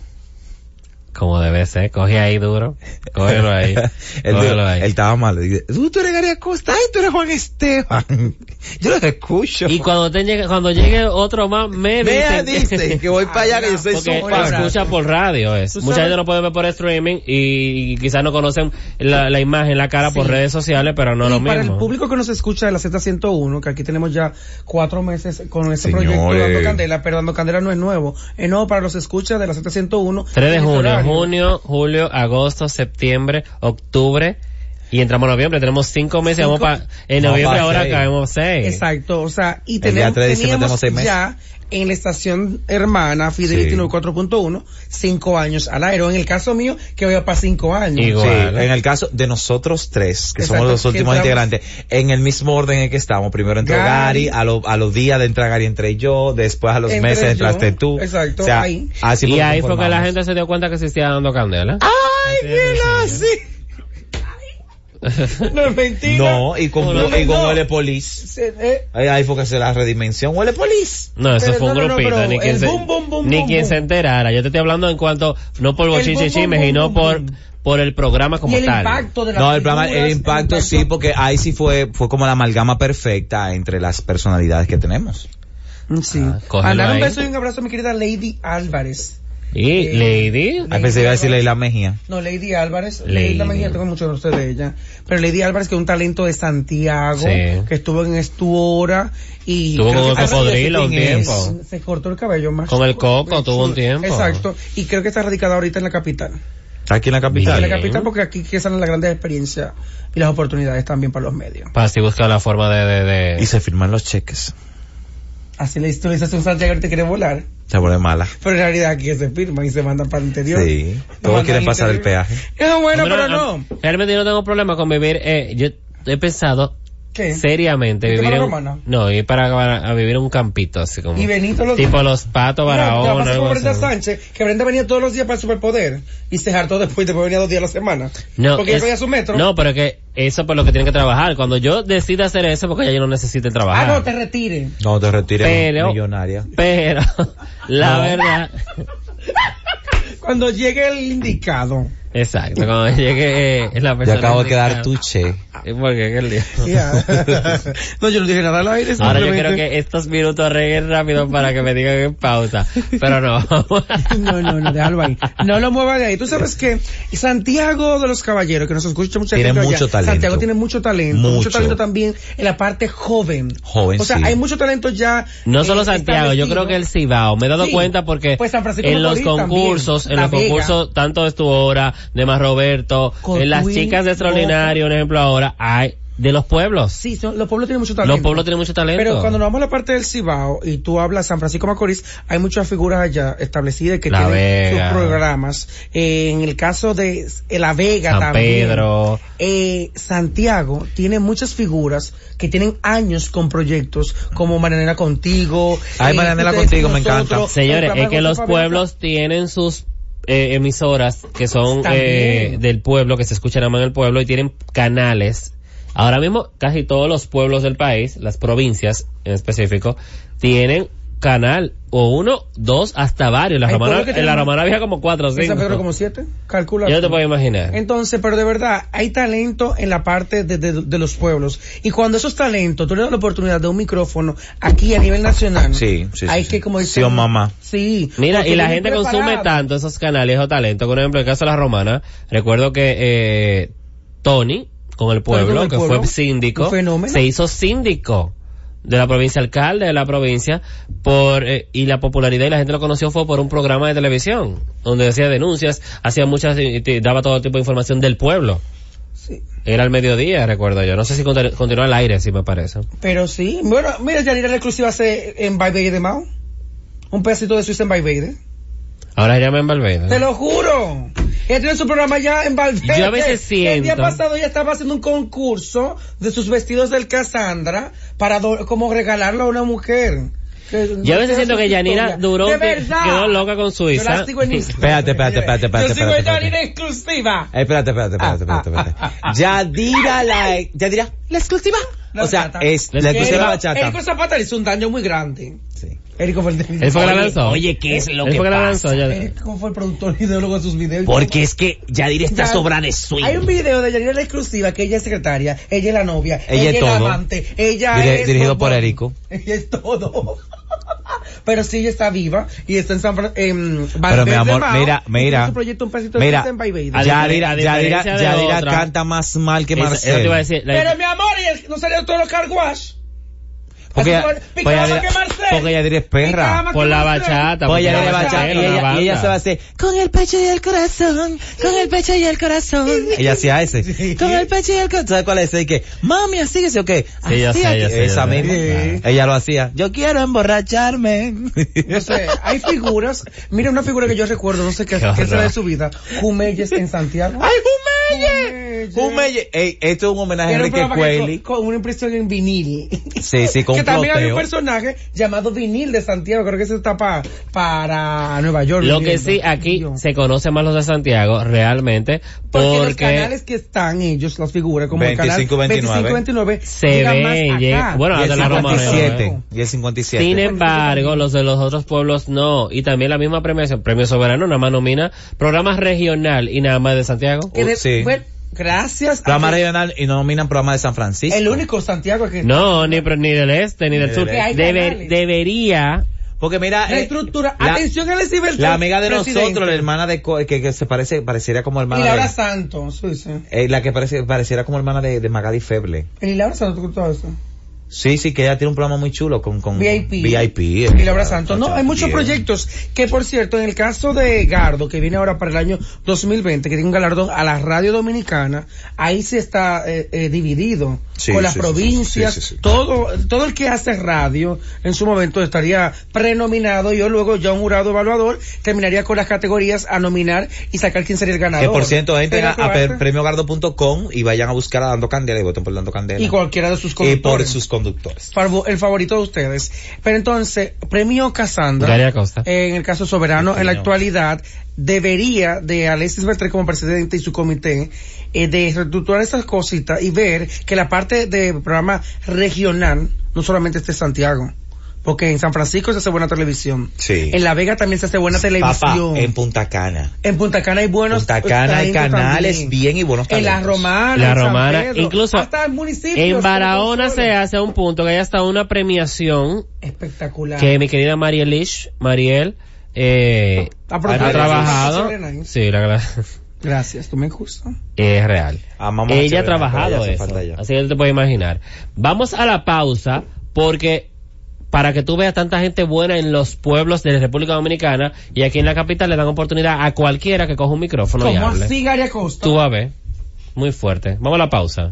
Como debe ser, coge ahí duro. Cógelo ahí.
él,
cógelo
dijo-
ahí.
él estaba mal. Dice, "Tú, tú eres Gary Acosta, ay, tú eres Juan Esteban. Yo lo escucho.
Y cuando te llegue, cuando llegue otro más, me
Vea,
ah,
dicen-
dice que voy para allá, que yo soy su
Porque lo
fan.
escucha por radio, es.
Tú
Mucha
sabes-
gente lo puede ver por streaming y, y quizás no conocen la, la imagen, la cara por redes sociales, pero no
y
lo mismo.
para el público que nos escucha de la Z101, que aquí tenemos ya cuatro meses con este proyecto
Señores.
Dando Candela, pero Dando Candela no es nuevo. Es nuevo para los escuchas de la Z101.
3 de
en este
junio,
horario.
junio, julio, agosto, septiembre, octubre, Y entramos en noviembre, tenemos cinco meses, vamos
Cinco.
para, en
Vamos
noviembre
pa'
ahora
seis.
caemos seis.
Exacto, o sea, y
día
tenemos,
3 de diciembre
teníamos
tenemos seis meses.
ya en la estación hermana Fidelity
Sí.
94.1 cinco años al aire. O En el caso mío, que voy a pasar cinco años.
Igual.
Sí,
Bueno.
en el caso de nosotros tres, que
Exacto,
somos los
que
últimos
entramos-
integrantes, en el mismo orden en el que estamos. Primero entró
Gary.
Gary, a, lo- a los días de entrar Gary entré yo, después a los
Entré
meses
yo.
entraste tú.
Exacto,
O sea,
ahí.
así
y
que
ahí fue que la
formamos.
gente se dio cuenta que se estaba dando candela.
¡Ay, mira, sí! No es mentira.
No, y con,
No, no,
y con
no.
Huele Polis.
Se- eh,
Ahí, ahí fue que se la redimensión. Huele Polis.
No, eso
Pero
fue un
no, no, no,
grupito,
pero
ni quien,
el
se,
boom, boom, boom,
ni
boom,
quien
boom.
se enterara. Yo te estoy hablando en cuanto, no por bochinche
boom,
y
boom,
chismes,
boom,
sino
boom,
por,
boom.
por el programa
y
como
el
tal.
impacto de la
No, el, programa- el impacto sí, porque ahí sí fue, fue como la amalgama perfecta entre las personalidades que tenemos.
Mm, Sí.
Ah, cógelo
Mandar un
ahí.
beso y un abrazo a mi querida Lady Álvarez.
Y Lady,
A veces iba a decir Leila Mejía.
No, Lady Álvarez.
Lady.
Lady Mejía, tengo mucho gusto de ella. Pero Lady Álvarez, que es un talento de Santiago,
Sí.
que estuvo en Estuora y...
Estuvo
creo
con
que-
el cocodrilo
un
Ah, sí,
tiempo.
Se cortó el cabello más.
Con el coco
chulo.
tuvo un tiempo.
Exacto. Y creo que está radicada ahorita en la capital.
Aquí en la
En
capital.
la
Bien.
capital porque aquí que salen las grandes experiencias y las oportunidades también para los medios.
para así buscar la forma de, de, de-
Y se firman los cheques.
Así le tú le dices a un Santiago que te quiere volar.
Se vuelve mala.
Pero en realidad aquí se firman y se mandan para el interior.
Sí.
Nos
Todos
mandan
quieren
al
pasar el
interior.
peaje.
No, bueno,
Hombre,
pero
a-
no.
Realmente yo no tengo problema con vivir, eh, yo he pensado
¿Qué?
seriamente
¿Y te
vivir
vas a
en,
Romana?
no, ir para, para- a vivir en un campito así como.
Y Benito lo
Tipo los patos
No,
Barahona,
te la pasas
algo
con Brenda
así.
Sánchez, que Brenda venía todos los días para el superpoder y se hartó después, después venía dos días a la semana.
No,
porque
es-
ella cogía su metro.
No, pero es que eso es por lo que tienen que trabajar. Cuando yo decida hacer eso, porque ya yo no necesito el
ah,
trabajar.
no, te retire.
No, te retires
Pero-
millonaria.
Pero, la verdad,
Cuando llegue el indicado.
exacto, cuando llegue eh, la
Yo
persona.
acabo de quedar
indicada.
tuche.
Es Porque es el día.
Ya. no, yo no dije nada al aire.
Ahora yo
simplemente-
quiero que estos minutos reguen rápido para que me digan en pausa. Pero no.
No, no, no, déjalo ahí. No lo mueva de ahí. Tú sabes que Santiago de los Caballeros, que nos escucha mucha
Tiene
gente allá,
mucho talento.
Santiago tiene mucho talento. Mucho.
Mucho.
talento también en la parte joven.
Joven,
O sea,
sí.
hay mucho talento ya.
No
eh,
solo Santiago, yo creo que el Cibao. Me he dado
Sí.
cuenta porque
Pues San Francisco
en los
Macorís también,
concursos, en
La
los
Vega.
concursos, tanto de tu hora, de Más Roberto,
Cotuí,
en las chicas de Extraordinario, un ejemplo ahora, hay de los pueblos.
Sí, son- los pueblos tienen mucho talento.
Los pueblos tienen mucho talento.
Pero cuando nos vamos a la parte del Cibao y tú hablas San Francisco Macorís, hay muchas figuras allá establecidas que
La
tienen
Vega.
sus programas. Eh, en el caso de eh, La Vega
San
también.
Pedro.
Eh, Santiago tiene muchas figuras que tienen años con proyectos como Maranela Contigo.
Ay,
eh,
Maranela
ustedes
Contigo,
con
me encanta.
nosotros,
Señores,
el programa
es que
de
los
José Fabiola.
pueblos tienen sus eh, emisoras que son
También.
eh, del pueblo, que se escuchan más en el pueblo y tienen canales. Ahora mismo casi todos los pueblos del país, las provincias en específico, tienen canal o uno, dos, hasta varios. La
Hay
romana,
pueblos que
en la
tienen-
romana había como cuatro, o
En San Pedro
cinco.
como siete, calcula.
Yo no te
tú.
puedo
Eh.
imaginar.
Entonces, pero de verdad, hay talento en la parte de, de- de los pueblos. Y cuando esos talentos, tú le das la oportunidad de un micrófono aquí a nivel nacional.
Sí, sí,
Hay
sí,
que
sí.
como
Sí o mamá.
Sí.
Mira,
porque
y la
vienen
gente consume
preparados.
tanto esos canales o talentos. Por ejemplo, en el caso de la romana, recuerdo que eh, Tony, con el pueblo,
con el
que
pueblo,
fue síndico,
un fenómeno.
se hizo síndico de la provincia, alcalde de la provincia, por eh, y la popularidad y la gente lo conoció fue por un programa de televisión, donde hacía denuncias, hacía muchas, y te daba todo tipo de información del pueblo.
Sí.
Era al mediodía, recuerdo yo. No sé si continu- continuó al aire, si me parece.
Pero sí. Bueno, mira, Yanira la exclusiva hace en Bay Bay de Mao. Un pedacito de Suiza en Bay Bay de.
Ahora se llama en Valverde.
Te lo juro. Ella tiene su programa ya en Valverde.
Yo a veces
El día
siento-
pasado ella estaba haciendo un concurso de sus vestidos del Cassandra para do- como regalarlo a una mujer. Que-
Yo a veces siento que
su
Yanira
historia.
duró,
De
que-
verdad.
quedó loca con Suiza.
Yo la sigo en Instagram.
Espérate, espérate, espérate, espérate,
Yo sigo en
espérate,
Yanira
espérate.
exclusiva.
Eh, espérate, espérate,
ah,
espérate, espérate, espérate. Yadira la, Yadira, la exclusiva.
La
o sea,
bachata.
es
La
la exclusiva
exclusiva.
bachata.
Erico Zapata le hizo un daño muy grande.
Sí.
Erico fue el
Él fue que la
Oye,
lanzó. Oye, ¿qué es lo que fue que la lanzó. ya-
Erico fue el productor y ideólogo de sus videos.
Porque es que Yadira está
Ya-
sobra de swing.
Hay un video de Yanira la exclusiva que ella es secretaria, ella es la novia,
Ella
ella,
es
es la
todo.
amante, ella
Dire-
es
dirigido
todo.
por Erico.
Ella es todo. Pero sí, ella está viva y está en San Fran- en
Pero mi
Valverde
amor,
Mao,
mira,
y tiene
mira.
su proyecto un pedacito de
Mira,
Suiza en Valverde.
A
Yadira,
diferencia de
Yadira, Yadira
otra.
canta más mal que
Eso- eso te iba a
Marcel.
decir, la-
Pero mi amor, ¿y el- no salió todos los carguas.
Porque,
Así,
ella-
mi
porque
cama
ella-
que Marcel.
porque ella diría, "Es perra".
Mi cama
por
que
la
Marcel.
Oye,
bachata. porque
ella,
era
le va a echar-
bachatera,
y
una
ella, y ella
banda.
se va a hacer con el pecho y el corazón, con el pecho y el corazón. Ella hacía ese. Con el pecho y el corazón. ¿Sabes cuál es ese? Y que, mami, así que sí, o qué.
Sí, yo
Así
sé, yo
aquí.
sé, yo
Esa
sé.
misma.
Sí.
Ella lo hacía. Yo quiero emborracharme.
No sé, hay figuras. Mira, una figura que yo recuerdo, no sé qué,
Qué
qué será de
horror.
su vida. Jumelles en Santiago.
¡Ay, Jumelle! Jumelle. Ey, esto es un homenaje a
Era un
Enrique
programa que
Cueli.
con, con una impresión en vinil.
Sí, sí, con
que
un
también hay
ploteo.
un personaje llamado Vinil de Santiago, creo que se está pa- para Nueva York.
Lo que
viniendo.
sí, aquí
Dios.
se conoce más los de Santiago, realmente,
Porque, los
porque
canales que están ellos, las figuras, como el
25,
canal
29,
29
se
llegan más
ven,
acá.
llegan- bueno,
Y
a
el
de la Roma no, ¿eh?
57. Y el 57.
Sin embargo, los de los otros pueblos no. Y también la misma premiación, Premio Soberano, nada más nomina programas regional y nada más de Santiago.
Que de-
uh, Sí.
bueno, gracias. a-
Programa regional y nominan programa de San Francisco.
el único Santiago que
No, ni, pro- ni del este, ni del sur.
del este.
Debe-
Hay canales.
debería,
Porque mira,
la
eh,
estructura.
la-
Atención a la ciberseguridad.
La amiga de nosotros, la hermana de Co- que, que se parece pareciera como
Y
hermana
Laura
de,
Santos, sí, sí.
eh, la que parece pareciera como hermana de, de Magali Feble.
Y Laura Santos, todo eso.
Sí, sí, que ella tiene un programa muy chulo con, con
VIP.
VIP. eh,
Y Laura Santos. No, hay muchos
bien.
proyectos que, por cierto, en el caso de Gardo, que viene ahora para el año 2020, que tiene un galardón a la radio dominicana, ahí se está eh, eh, dividido.
Sí,
con las
sí, sí,
provincias,
sí, sí, sí.
todo todo el que hace radio en su momento estaría prenominado y yo luego ya un jurado evaluador terminaría con las categorías a nominar y sacar quién sería el ganador.
Que por cierto, entren a,
Pero
a
que
per-
basta.
premiogardo.com y vayan a buscar a Dando Candela y voten por Dando Candela.
y cualquiera de sus
Y por
conductores.
sus conductores.
Farbo- el favorito de ustedes. Pero entonces, premio Casandra.
Daria Costa.
En el caso soberano, en la
Señor.
actualidad, debería de Alexis Bertré como presidente y su comité eh, de reestructurar esas cositas y ver que la parte de programa regional no solamente esté Santiago. Porque en San Francisco se hace buena televisión.
Sí.
En La Vega también se hace buena
Papá,
televisión.
en Punta Cana.
En Punta Cana hay buenos
Punta Cana hay
talentos
canales
también.
bien y buenos
En La
talentos.
Romana.
la
en San
romana,
Pedro,
incluso
Hasta en municipios.
en
como
Barahona
Consuelo.
se hace a un punto que hay hasta una premiación
Espectacular.
que mi querida Marielish, Mariel, eh,
Ah,
ha,
pero tú eres
trabajado.
una señora, ¿eh?
Sí, la verdad.
Gracias, tú me gustas.
Es real.
Amamos a
Ella ha
Chabela,
trabajado
ella hace
eso.
falta ya.
Así que tú te puedes imaginar. Vamos a la pausa porque para que tú veas tanta gente buena en los pueblos de la República Dominicana y aquí en la capital le dan oportunidad a cualquiera que coja un micrófono y
¿Cómo
hable.
así, Gary Acosta?
Tú vas a ver. Muy fuerte. Vamos a la pausa.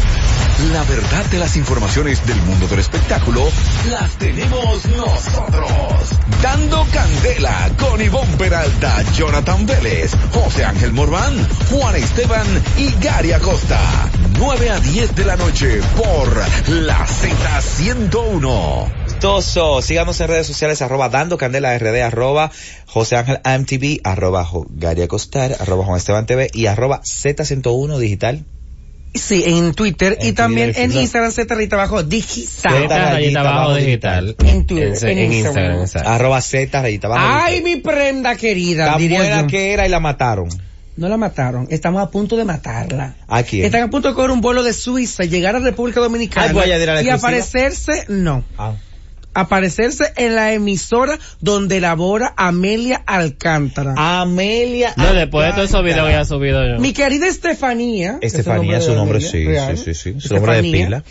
La verdad de las informaciones del mundo del espectáculo las tenemos nosotros. Dando candela con Ivonne Peralta, Jonathan Vélez, José Ángel Morván, Juan Esteban y Gary Acosta. 9 a 10 de la noche por la Z101.
Gustoso. Síganos en redes sociales, arroba dando candela rd, arroba José Ángel MTV, arroba Jo- Gary Acostar, arroba Juan Esteban TV y arroba Z101 Digital.
Sí, en Twitter y
En
también
Twitter,
en
sí, claro.
Instagram, Z rayita abajo,
Zeta
digital.
Zeta
rayita
rayita
abajo
abajo
digital.
digital.
En Twitter, en Instagram.
exacto.
Arroba Z, rayita abajo,
Ay,
digital.
mi prenda querida,
Tan
diría
buena
yo.
que era y la mataron.
No la mataron, estamos a punto de matarla.
¿A quién?
Están a punto de coger un vuelo de Suiza, llegar a República Dominicana
Ay, voy a llegar a la
y
exclusiva.
aparecerse, no,
Ah.
aparecerse en la emisora donde labora Amelia Alcántara.
Ah, Amelia.
No, después de todos esos videos que ha subido yo.
Mi querida Estefanía. que es el
Estefanía, su
de
nombre,
Amelia,
sí,
real,
sí, sí, sí. Su nombre de
Estefanía,
pila.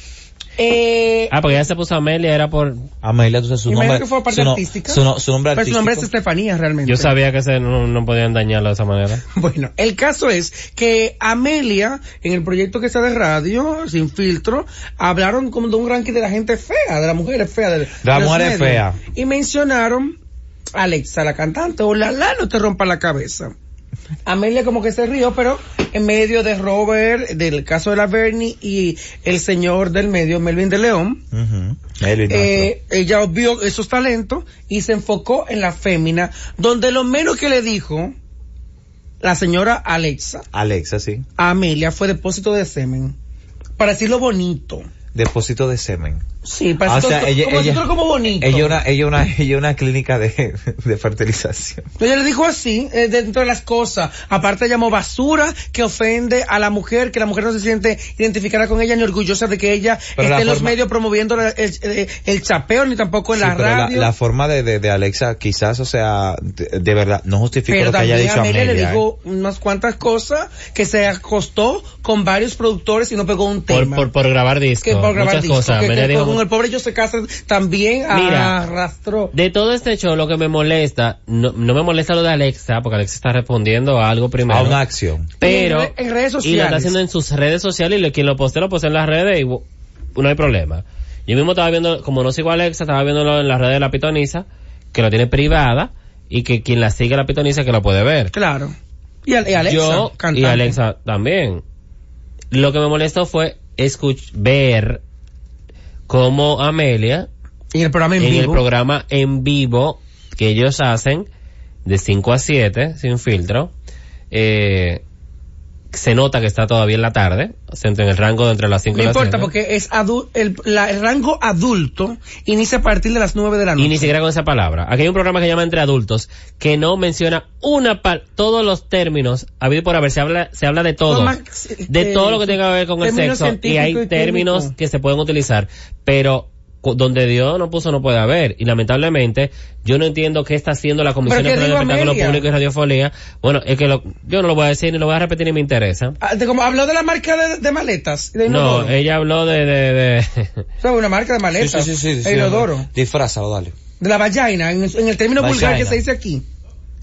Eh,
Ah, porque ya se puso Amelia, era por...
Amelia, tú sabes su
Imagino
nombre.
que fue parte
su, no-
artística.
su, no- su nombre
pero pues su
artístico.
nombre es Estefanía realmente.
Yo sabía que se no, no podían dañarlo de esa manera.
Bueno, el caso es que Amelia, en el proyecto que está de radio, sin filtro, hablaron como de un ranking de la gente fea, de las mujeres feas. De, de
las
los
mujeres
medios.
feas.
Y mencionaron a Alexa, la cantante, o la la, no te rompa la cabeza. Amelia como que se rió, pero en medio de Robert, del caso de la Bernie y el señor del medio, Melvin de León,
Ujú. Melvin,
eh, ella vio esos talentos y se enfocó en la fémina, donde lo menos que le dijo la señora Alexa
nuestro. Alexa, sí.
a Amelia fue depósito de semen. Para decirlo bonito.
Depósito de semen.
Sí, para
Ah, O sea, ella,
como,
ella,
nosotros como bonito.
ella una, ella una, ella una clínica de, de fertilización.
Ella le dijo así, eh, dentro de las cosas. Aparte llamó basura que ofende a la mujer, que la mujer no se siente identificada con ella ni orgullosa de que ella
Pero la
esté en los
forma-
medios promoviendo la- el, el- el chapeo ni tampoco en
Sí,
la
pero
radio.
La, forma de, de, de Alexa quizás, o sea, de, de verdad, no justifico
pero
lo que haya
también
dicho Amelia.
Amelia le
¿eh?
dijo unas cuantas cosas que se acostó con varios productores y no pegó un
Por,
tema.
por, por grabar disco,
que por grabar
muchas
disco,
cosas.
que-
Amelia
que
dijo
con
mucho.
el pobre José Cáceres también
Mira.
arrastró.
De todo este show, lo que me molesta, no, no me molesta lo de Alexa, porque Alexa está respondiendo a algo primero.
A una acción.
pero
Y en re- en
y
redes
lo está
sociales.
haciendo en sus redes sociales y lo- quien lo postea lo postea en las redes y bu- no hay problema yo mismo estaba viendo como no sigo a Alexa estaba viéndolo en las redes de la pitonisa que lo tiene privada y que quien la sigue a la pitonisa que lo puede ver
Claro. Y, Ale- y Alexa,
yo y
cantante.
Alexa también lo que me molestó fue escuch ver cómo Amelia
Y el programa en,
en
vivo.
el programa en vivo que ellos hacen de 5 a 7 sin filtro eh, se nota que está todavía en la tarde o sea, entre- en el rango de entre las 5
No
y las
importa
7.
porque es adu- el, la- el rango adulto inicia a partir de las 9 de la
y
noche.
ni siquiera con esa palabra aquí hay un programa que se llama entre adultos que no menciona una pal todos los términos habido por haber se habla se habla de todo
No, Max, eh,
de
eh,
todo lo que tenga que ver con el
términos
sexo y
científicos
hay
y químicos.
términos que se pueden utilizar pero cu- donde Dios no puso no puede haber y lamentablemente yo no entiendo qué está haciendo la Comisión
¿qué
Nacional de
digo,
Espectáculo
Amelia?
Público y Radiofonía bueno es que lo- yo no lo voy a decir ni lo voy a repetir ni me interesa
Ah, de- como habló de la marca de, de maletas. y De
no eh,
inodoro.
ella habló de de, de-
¿Sabe? Una marca de maletas. el inodoro.
Disfrázalo, dale.
De la vagina, en, en el término vulgar que
Vagina.
se dice aquí.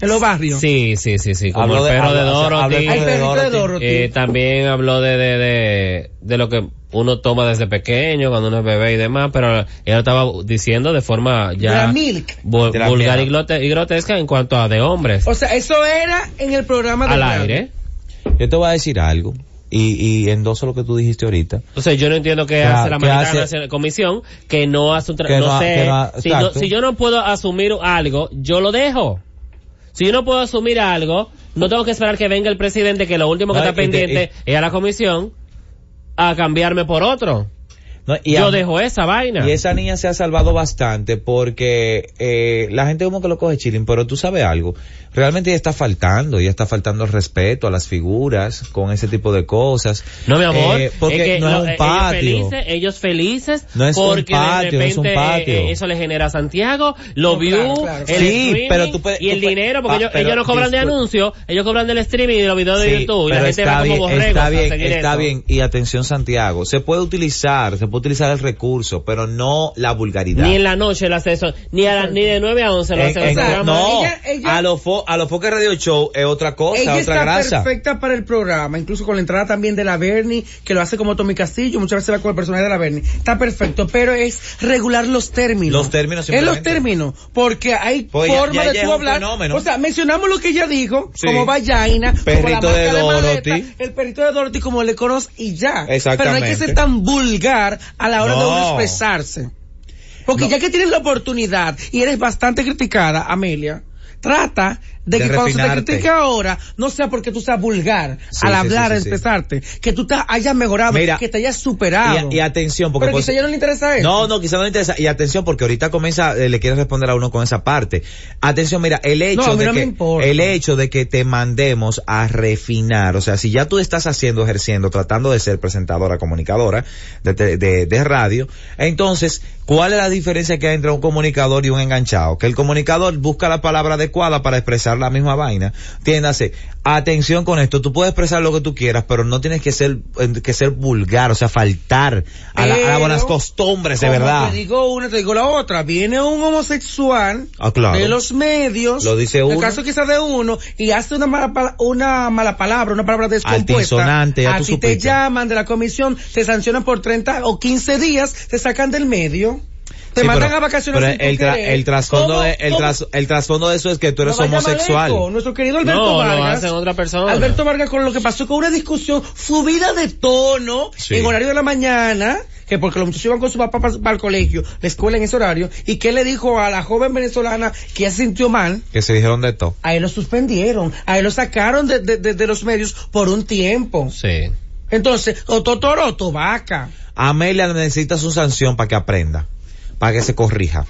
En los barrios.
sí sí sí sí como
Habló
el
de-
perro de,
habló- o sea, habló
Dorothy
de-
Hay perrito de
Dorothy.
Dorothy.
Eh, también habló de, de, de, de lo que uno toma desde pequeño, cuando uno es bebé y demás, pero ella estaba diciendo de forma
De la
ya
milk.
vul-
De la
vulgar y,
mierda.
glote- y grotesca en cuanto a de hombres
O sea, eso era en el programa de
al aire.
Yo te voy a decir algo y, y endoso lo que tú dijiste ahorita.
Entonces yo no entiendo qué
O sea,
hace la
¿qué hace?
Mexicana Nacional- Comisión que no hace un tra-
Que
no,
no ha-
sé,
que no ha-
si, no-
exacto.
si yo no puedo asumir algo, yo lo dejo. Si yo no puedo asumir algo, no tengo que esperar que venga el presidente que lo último que
No,
está
y te-
pendiente es a la comisión a cambiarme por otro.
No, y
yo
a-
dejo esa vaina.
Y esa niña se ha salvado bastante porque eh, la gente como que lo coge chilling, pero tú sabes algo, realmente ya está faltando, ya está faltando el respeto a las figuras con ese tipo de cosas.
No, mi amor.
Eh, porque
es que
no
lo-
es
eh,
un patio.
Ellos felices, ellos felices
No es un
porque de
patio, no
repente
es un patio.
eh, eh, eso le genera a Santiago, lo
No,
view,
claro, claro.
el
Sí,
streaming
pero tú puedes-
y el
tú puedes-
dinero, porque
Ah,
ellos,
pero
ellos no cobran de
disculpa.
anuncios, ellos cobran del streaming y de los videos de
Sí,
YouTube. Y la
pero
gente
está
va
bien,
como borregos
está
a
bien,
seguir
está
eso.
bien. Y atención Santiago, se puede utilizar, se puede utilizar el recurso, pero no la vulgaridad.
Ni en la noche lo hace eso, ni, a la- ni de 9 a 11 lo
En-
hace
en-
el programa.
no,
Ella- ella-
a los fo, a los Foque Radio Show es otra cosa,
Ella
otra
está
grasa.
perfecta para el programa, incluso con la entrada también de la Bernie, que lo hace como Tommy Castillo, muchas veces va con el personaje de la Bernie. Está perfecto, pero es regular los términos.
Los términos,
Es los
simplemente.
términos, porque hay
Pues ya-
forma
ya- ya
de
es
tú
un
hablar.
fenómeno.
O sea, mencionamos lo que ella dijo,
Sí.
como vagina, como la
Perrito de
marca
Dorothy.
maleta, el perrito de Dorothy como le conoce y ya. Pero no hay que
Exactamente.
ser tan vulgar a la hora de uno
No.
expresarse. Porque ya que tienes la oportunidad y eres bastante criticada, Amelia, trata de,
De
que cuando se te
refinarte.
critica ahora, no sea porque tú seas vulgar
Sí,
al
sí,
hablar,
sí, sí, sí.
expresarte, que tú te hayas mejorado,
Mira,
que te hayas superado.
Y, y atención, porque
Pero
pues-
quizá ya no le interesa eso.
No, no, quizá no le interesa. Y atención, porque ahorita comienza, eh, le quieres responder a uno con esa parte. Atención, mira, el hecho
No, a mí
de
no me
que,
importa.
el hecho de que te mandemos a refinar, o sea, si ya tú estás haciendo, ejerciendo, tratando de ser presentadora, comunicadora de, te- de- de radio, entonces, ¿cuál es la diferencia que hay entre un comunicador y un enganchado? Que el comunicador busca la palabra adecuada para expresar la misma vaina. Tiéndase, atención con esto, tú puedes expresar lo que tú quieras, pero no tienes que ser, eh, que ser vulgar, o sea, faltar a, la- a las
Pero-
buenas costumbres, de
Como
verdad.
Te digo una, te digo la otra. Viene un homosexual
Ah, claro.
de los medios.
Lo dice
en El
uno.
caso quizás de uno. Y hace una mala, pala- una mala palabra, una palabra descompuesta.
Altisonante, ya
A
tú
ti te
supiste.
llaman de la comisión, te sancionan por 30 o 15 días, te sacan del medio. Te
Sí,
mandan
pero-
a vacaciones.
Pero
sin
el,
tu
tra-
querer.
el trasfondo
¿Cómo-
de, el,
cómo-
tras- el trasfondo de eso es que tú eres
No vaya
homosexual.
Maleco, nuestro querido Alberto
No, lo
Vargas.
hacen otra persona.
Alberto Vargas con lo que pasó con una discusión subida de tono
Sí.
en horario de la mañana, que porque los muchachos iban con su papá para, el colegio, la escuela en ese horario, y que le dijo a la joven venezolana que ya se sintió mal,
Que se dijeron de todo.
a él lo suspendieron, a él lo sacaron de, de- de- de los medios por un tiempo.
Sí.
Entonces, o Totoro o Tobaca.
Amelia necesita su sanción para que aprenda, para que se corrija.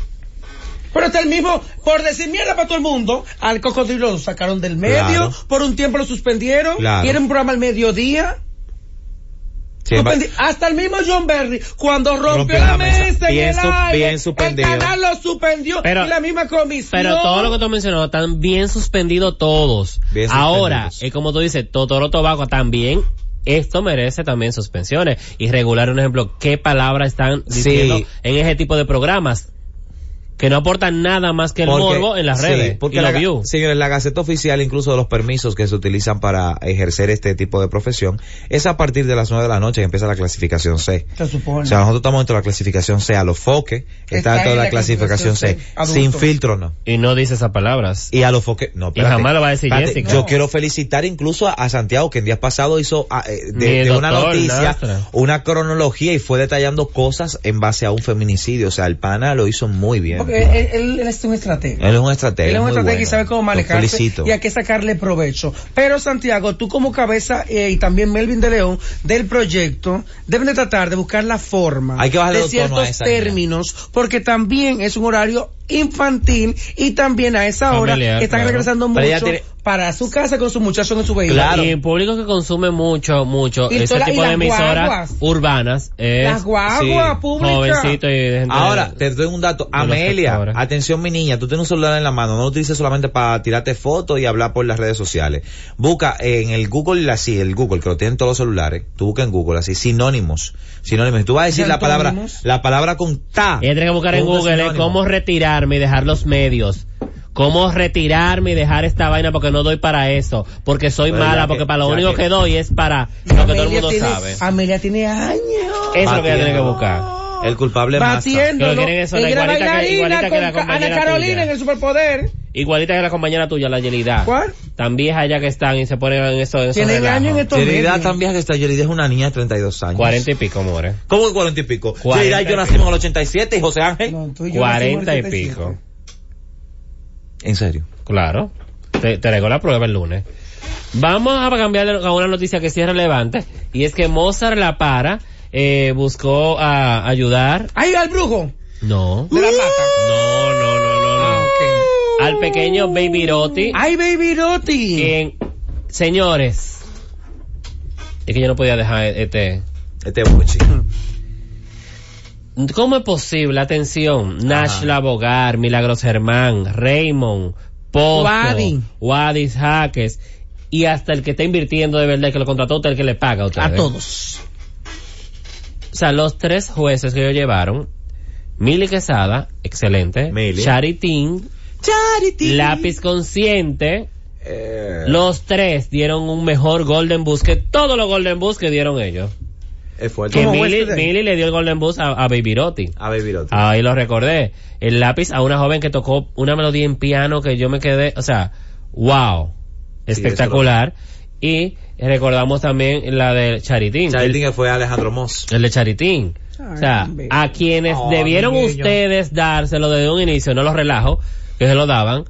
Pero está el mismo, por decir mierda para todo el mundo, al cocodrilo lo sacaron del medio,
Claro.
por un tiempo lo suspendieron,
Claro.
y era un programa al mediodía.
Sin embargo-
Suspendi- Hasta el mismo John Berry, cuando rompió,
Rompió
la,
la mesa.
mesa, en
Bien
el
su-
aire,
bien suspendido.
el canal lo suspendió
Pero-
y la misma comisión.
Pero todo lo que tú mencionado están bien suspendidos todos.
Bien
Ahora,
suspendidos.
es como tú dices, Totoro Tobago también. Esto merece también suspensiones. Y regular, un ejemplo, qué palabras están diciendo
Sí.
en ese tipo de programas. Que no aportan nada más que el
Porque-
morbo en las
sí,
redes.
porque
y
la,
los views.
señores, la Gaceta Oficial, incluso de los permisos que se utilizan para ejercer este tipo de profesión, es a partir de las 9 de la noche que empieza la clasificación C.
Se supone.
O sea, nosotros estamos dentro de la clasificación C, a los foques,
Está
está dentro de
en
la
la
clasificación C.
clasificación C,
Sin
adulto.
filtro, no.
Y no dice esas palabras.
Y a los foques, no, espérate,
jamás lo va a decir
espérate,
Jessica.
Yo
No.
quiero felicitar incluso a, a Santiago, que en días pasados hizo ah, eh, de,
Ni el
de una
doctor,
noticia,
nada.
una cronología y fue detallando cosas en base a un feminicidio. O sea, el pana lo hizo muy bien.
Porque él, él- él es un estratega.
Él es un estratega.
Él es un
muy
estratega y
bueno.
sabe cómo
Lo
manejarse
felicito.
y hay que sacarle provecho. Pero Santiago, tú como cabeza eh, y también Melvin de León del proyecto deben de tratar de buscar la forma
Hay que bajarle
de
los tonos a
ciertos
esa
términos porque también es un horario infantil y también a esa hora
Familiar,
que están
claro.
regresando
Pero ella
mucho
tiene-
para su casa con su muchacho en su vehículo.
Claro.
Y el público que consume mucho, mucho,
Y
ese
toda- y
tipo
las
de emisoras
guaguas.
urbanas es
Las guaguas
sí,
públicas.
jovencito y de gente
Ahora, te doy un dato.
los
Amelia,
sectores.
atención mi niña, tú tienes un celular en la mano, no lo utilices solamente para tirarte fotos y hablar por las redes sociales. Busca en el Google, así, el Google, que lo tienen todos los celulares, tú busca en Google, así, sinónimos. Sinónimos. Tú vas a decir la palabra,
Antónimos.
la palabra con ta.
Ella tiene que buscar en
Busca
Google eh,
Ah. sinónimo.
cómo retirarme y dejar los medios. Cómo retirarme y dejar esta vaina porque no doy para eso. Porque soy
Pero ya
mala,
que-
porque para lo
ya
único
que-
que doy es para lo que todo el mundo
tiene,
sabe. Eso
Amelia tiene años.
es lo que ella tiene que
Batiendo.
buscar.
El culpable más.
Que
Batiéndolo.
lo quieren eso, la
Ella era
igualita que-
bailarina
igualita que
con
la
Ca- Ana
compañera
Carolina
tuya.
en el superpoder.
Igualita que la compañera tuya, la Yelida.
¿Cuál?
Tan viejas ya que están y se ponen en eso. en esos
Tienen
relajos.
años en este estos
Yerida
medios.
también que está Yerida es una niña de 32 años.
Cuarenta y pico, more.
¿Cómo que 40 y pico?
Cuarenta
Yerida,
y
yo nacimos en el 87 y José Ángel.
No, tú y yo nacimos en
Cuarenta y
el
pico.
77.
En serio.
Claro. Te, te traigo la prueba el lunes. Vamos a cambiar a una noticia que sí es relevante. Y es que Mozart La Para eh, buscó a ayudar.
Ahí va el brujo.
No.
De la plata.
No, no, no, no, no. Al pequeño Baby Rotti.
Ay, baby Roti.
quien- señores. Es que yo no podía dejar este.
Este es Buchi.
¿Cómo es posible? Atención. Nash Labogar, Milagros Germán, Raymond, Pozo,
Wadi.
Wadis Jaques y hasta el que está invirtiendo de verdad, el que lo contrató, usted, el que le paga a usted.
A
¿eh?
todos.
O sea, los tres jueces que ellos llevaron, Mili Quesada, excelente,
Mili.
Charitín,
Charity.
Lápiz Consciente,
Eh,
los tres dieron un mejor Golden Bus que todos los Golden Bus que dieron ellos.
es fuerte.
Que
¿Cómo fue
Mili,
este de-
Mili le dio el Golden Bus a, a Baby Rotti.
A ver, Virote.
Ahí lo recordé. El lápiz a una joven que tocó una melodía en piano que yo me quedé, o sea, wow,
eso lo-
espectacular. Y recordamos también la de Charitín.
Charitín que fue Alejandro Moss.
El de Charitín. o sea, ah,
Ay, bebé.
a quienes
Ay,
debieron
Oh, niño.
ustedes dárselo desde un inicio, no los relajo, que se lo daban.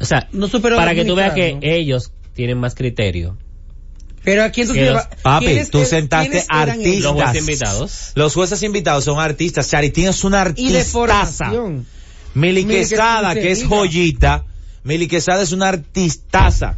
O sea,
No superó
para que tú veas
Dominicano.
que ellos tienen más criterio.
Pero aquí entonces
Que los-
lleva-
Papi,
¿quiénes
tú
er-
sentaste
quiénes eran
artistas.
Los
ellos?
jueces invitados.
Los jueces invitados son artistas. Charitín es una
Y de
artistaza.
formación.
Mili
Mili
Quesada,
Quesada,
que es
mira.
joyita. Mili Quesada es una artistaza.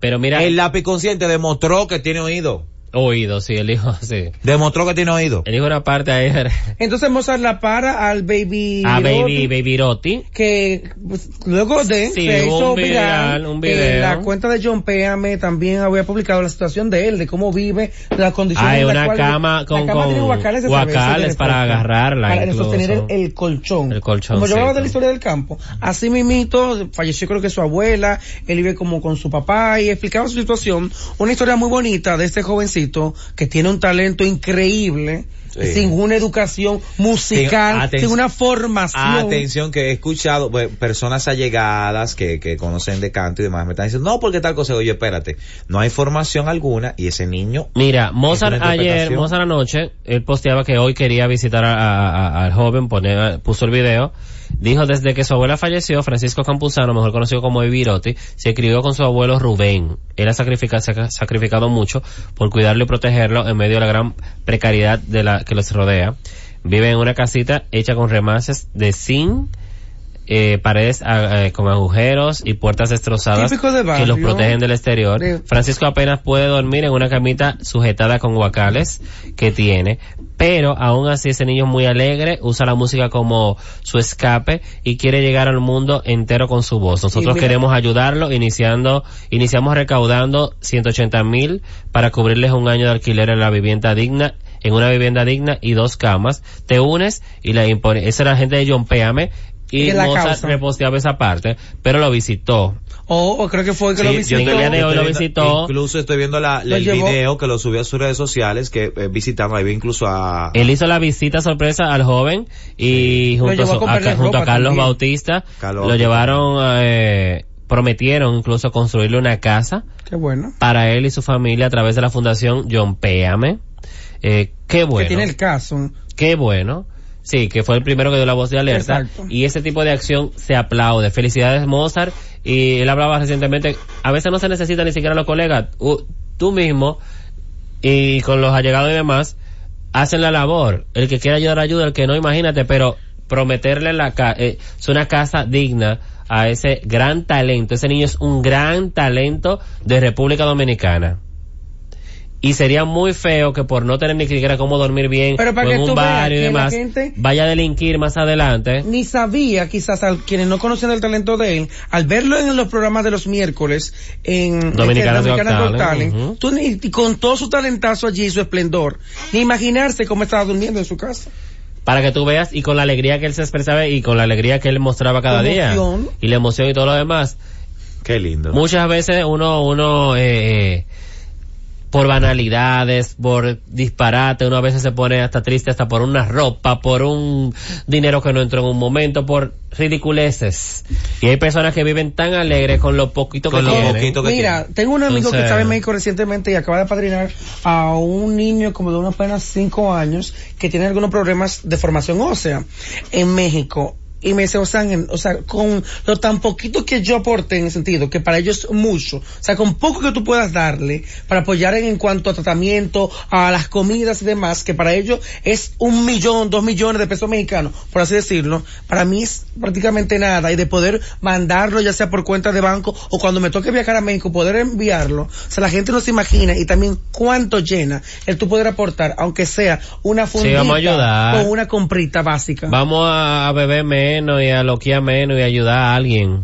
Pero mira,
El lápiz consciente demostró que tiene oído.
oído, sí, el hijo, sí.
Demostró que tiene oído.
El hijo era parte ahí.
Entonces Mozart la para al baby.
A Baby,
Roti,
Baby Rotti.
Que pues, luego de
Sí,
se
hubo
hizo
un viral,
viral,
un
eh,
video.
la cuenta de John Péame E también había publicado la situación de él, de cómo vive, las condiciones
Hay
en las
una
cuales-
cama
la
con- con
tiene guacales, de
guacales
cerveza y de refresco,
para agarrarla
Para
incluso.
sostener el, el colchón.
El colchón,
Como yo hablaba
sí,
de la
sí.
historia del campo. Así mismito, falleció creo que su abuela, él vive como con su papá y explicaba su situación. Una historia muy bonita de este jovencito que tiene un talento increíble,
Sí.
sin una educación musical,
Aten-
sin una formación.
Atención, que he escuchado pues, personas allegadas que, que conocen de canto y demás. Me están diciendo, no, porque tal cosa. Oye, espérate. No hay formación alguna y ese niño
Mira, Mozart
Es una
ayer,
interpretación.
Mozart anoche, él posteaba que hoy quería visitar a- a- a- al joven, poner, puso el video, Dijo desde que su abuela falleció, Francisco Campuzano, mejor conocido como Evirotti, se crió con su abuelo Rubén. Él ha sacrificado, sacrificado mucho por cuidarlo y protegerlo en medio de la gran precariedad de la que los rodea. Vive en una casita hecha con remaches de zinc, eh, paredes ah, eh, con agujeros y puertas destrozadas
Típico de
que
barrio.
los protegen del exterior.
De-
Francisco apenas puede dormir en una camita sujetada con guacales que tiene, pero aún así ese niño es muy alegre, usa la música como su escape y quiere llegar al mundo entero con su voz. Nosotros
mira-
queremos ayudarlo iniciando, iniciamos recaudando 180 mil para cubrirles un año de alquiler en la vivienda digna en una vivienda digna y dos camas, te unes y la impone. Esa era la gente de John Péame y
Que la
Mozart
causa.
reposteaba esa parte, pero lo visitó.
O o Oh, creo que fue que
Sí,
lo
eh, yo
visitó.
estoy
Liliana
viendo-
hoy lo visitó.
Incluso estoy viendo la,
Lo
el
llevó.
video que lo subió a sus redes sociales, que eh, visitando, ahí ve incluso a...
Él hizo la visita sorpresa al joven y
Lo
junto, a,
llevó a
su-
comprarle
a- junto a
ropa
Carlos
también.
Bautista
Carlos
lo
Bautista.
llevaron, eh, prometieron incluso construirle una casa
Qué bueno.
para él y su familia a través de la fundación John Péame. Eh, qué bueno.
Que tiene el caso.
Qué bueno. Sí, que fue el primero que dio la voz de alerta.
Exacto.
Y ese tipo de acción se aplaude. Felicidades Mozart. Y él hablaba recientemente, a veces no se necesita ni siquiera los colegas. U- tú mismo y con los allegados y demás hacen la labor. El que quiera ayudar ayuda, el que no, imagínate. Pero prometerle la ca eh, es una casa digna a ese gran talento. Ese niño es un gran talento de República Dominicana. Y sería muy feo que por no tener ni siquiera cómo dormir bien
Pero para
o
que
en un
tú veas
barrio y
que la
demás,
gente-
vaya a delinquir más adelante.
Ni sabía, quizás a quienes no conocen el talento de él, al verlo en los programas de los miércoles en
Dominicanas
en Dominicanas
Got
Got
Talent,
Talent,
ujú.
tú ni- y con todo su talentazo allí y su esplendor, ni imaginarse cómo estaba durmiendo en su casa.
Para que tú veas y con la alegría que él se expresaba y con la alegría que él mostraba cada
Con
día.
emoción.
Y la emoción y todo lo demás.
Qué lindo.
Muchas veces uno, uno, eh, eh, por banalidades, por disparate, uno a veces se pone hasta triste, hasta por una ropa, por un dinero que no entró en un momento, por ridiculeces. Y hay personas que viven tan alegres con lo poquito
Con
que
lo
tienen.
poquito que
Mira,
tiene.
tengo un amigo que
Entonces-
estaba en México recientemente y acaba de padrinar a un niño como de unos apenas cinco años que tiene algunos problemas de formación ósea en México. Y me dice, o sea, en- o sea, con lo tan poquito que yo aporte en el sentido, que para ellos es mucho, o sea, con poco que tú puedas darle para apoyar en, en cuanto a tratamiento, a las comidas y demás, que para ellos es un millón, dos millones de pesos mexicanos, por así decirlo, para mí es prácticamente nada y de poder mandarlo ya sea por cuenta de banco o cuando me toque viajar a México poder enviarlo, o sea, la gente no se imagina y también cuánto llena el tú poder aportar, aunque sea una fundita
vamos a ayudar.
o una comprita básica.
Vamos a, a beber menos y a loquear menos y a ayudar a alguien.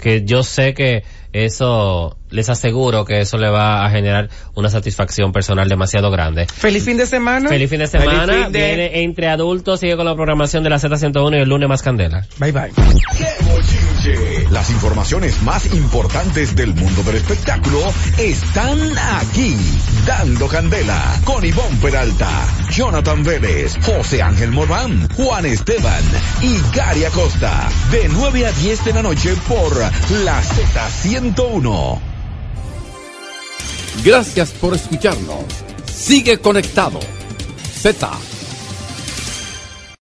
Que yo sé que eso, les aseguro que eso le va a generar una satisfacción personal demasiado grande.
Feliz fin de semana.
Feliz fin de semana.
Feliz fin de-
Viene entre adultos, sigue con la programación de la Z101 y el lunes más candela.
Bye bye.
¡Qué bochinche! Las informaciones más importantes del mundo del espectáculo están aquí. Dando Candela con Ivonne Peralta, Jonathan Vélez, José Ángel Morván, Juan Esteban y Gary Acosta. De 9 a 10 de la noche por la Z101.
Gracias por escucharnos. Sigue conectado. Z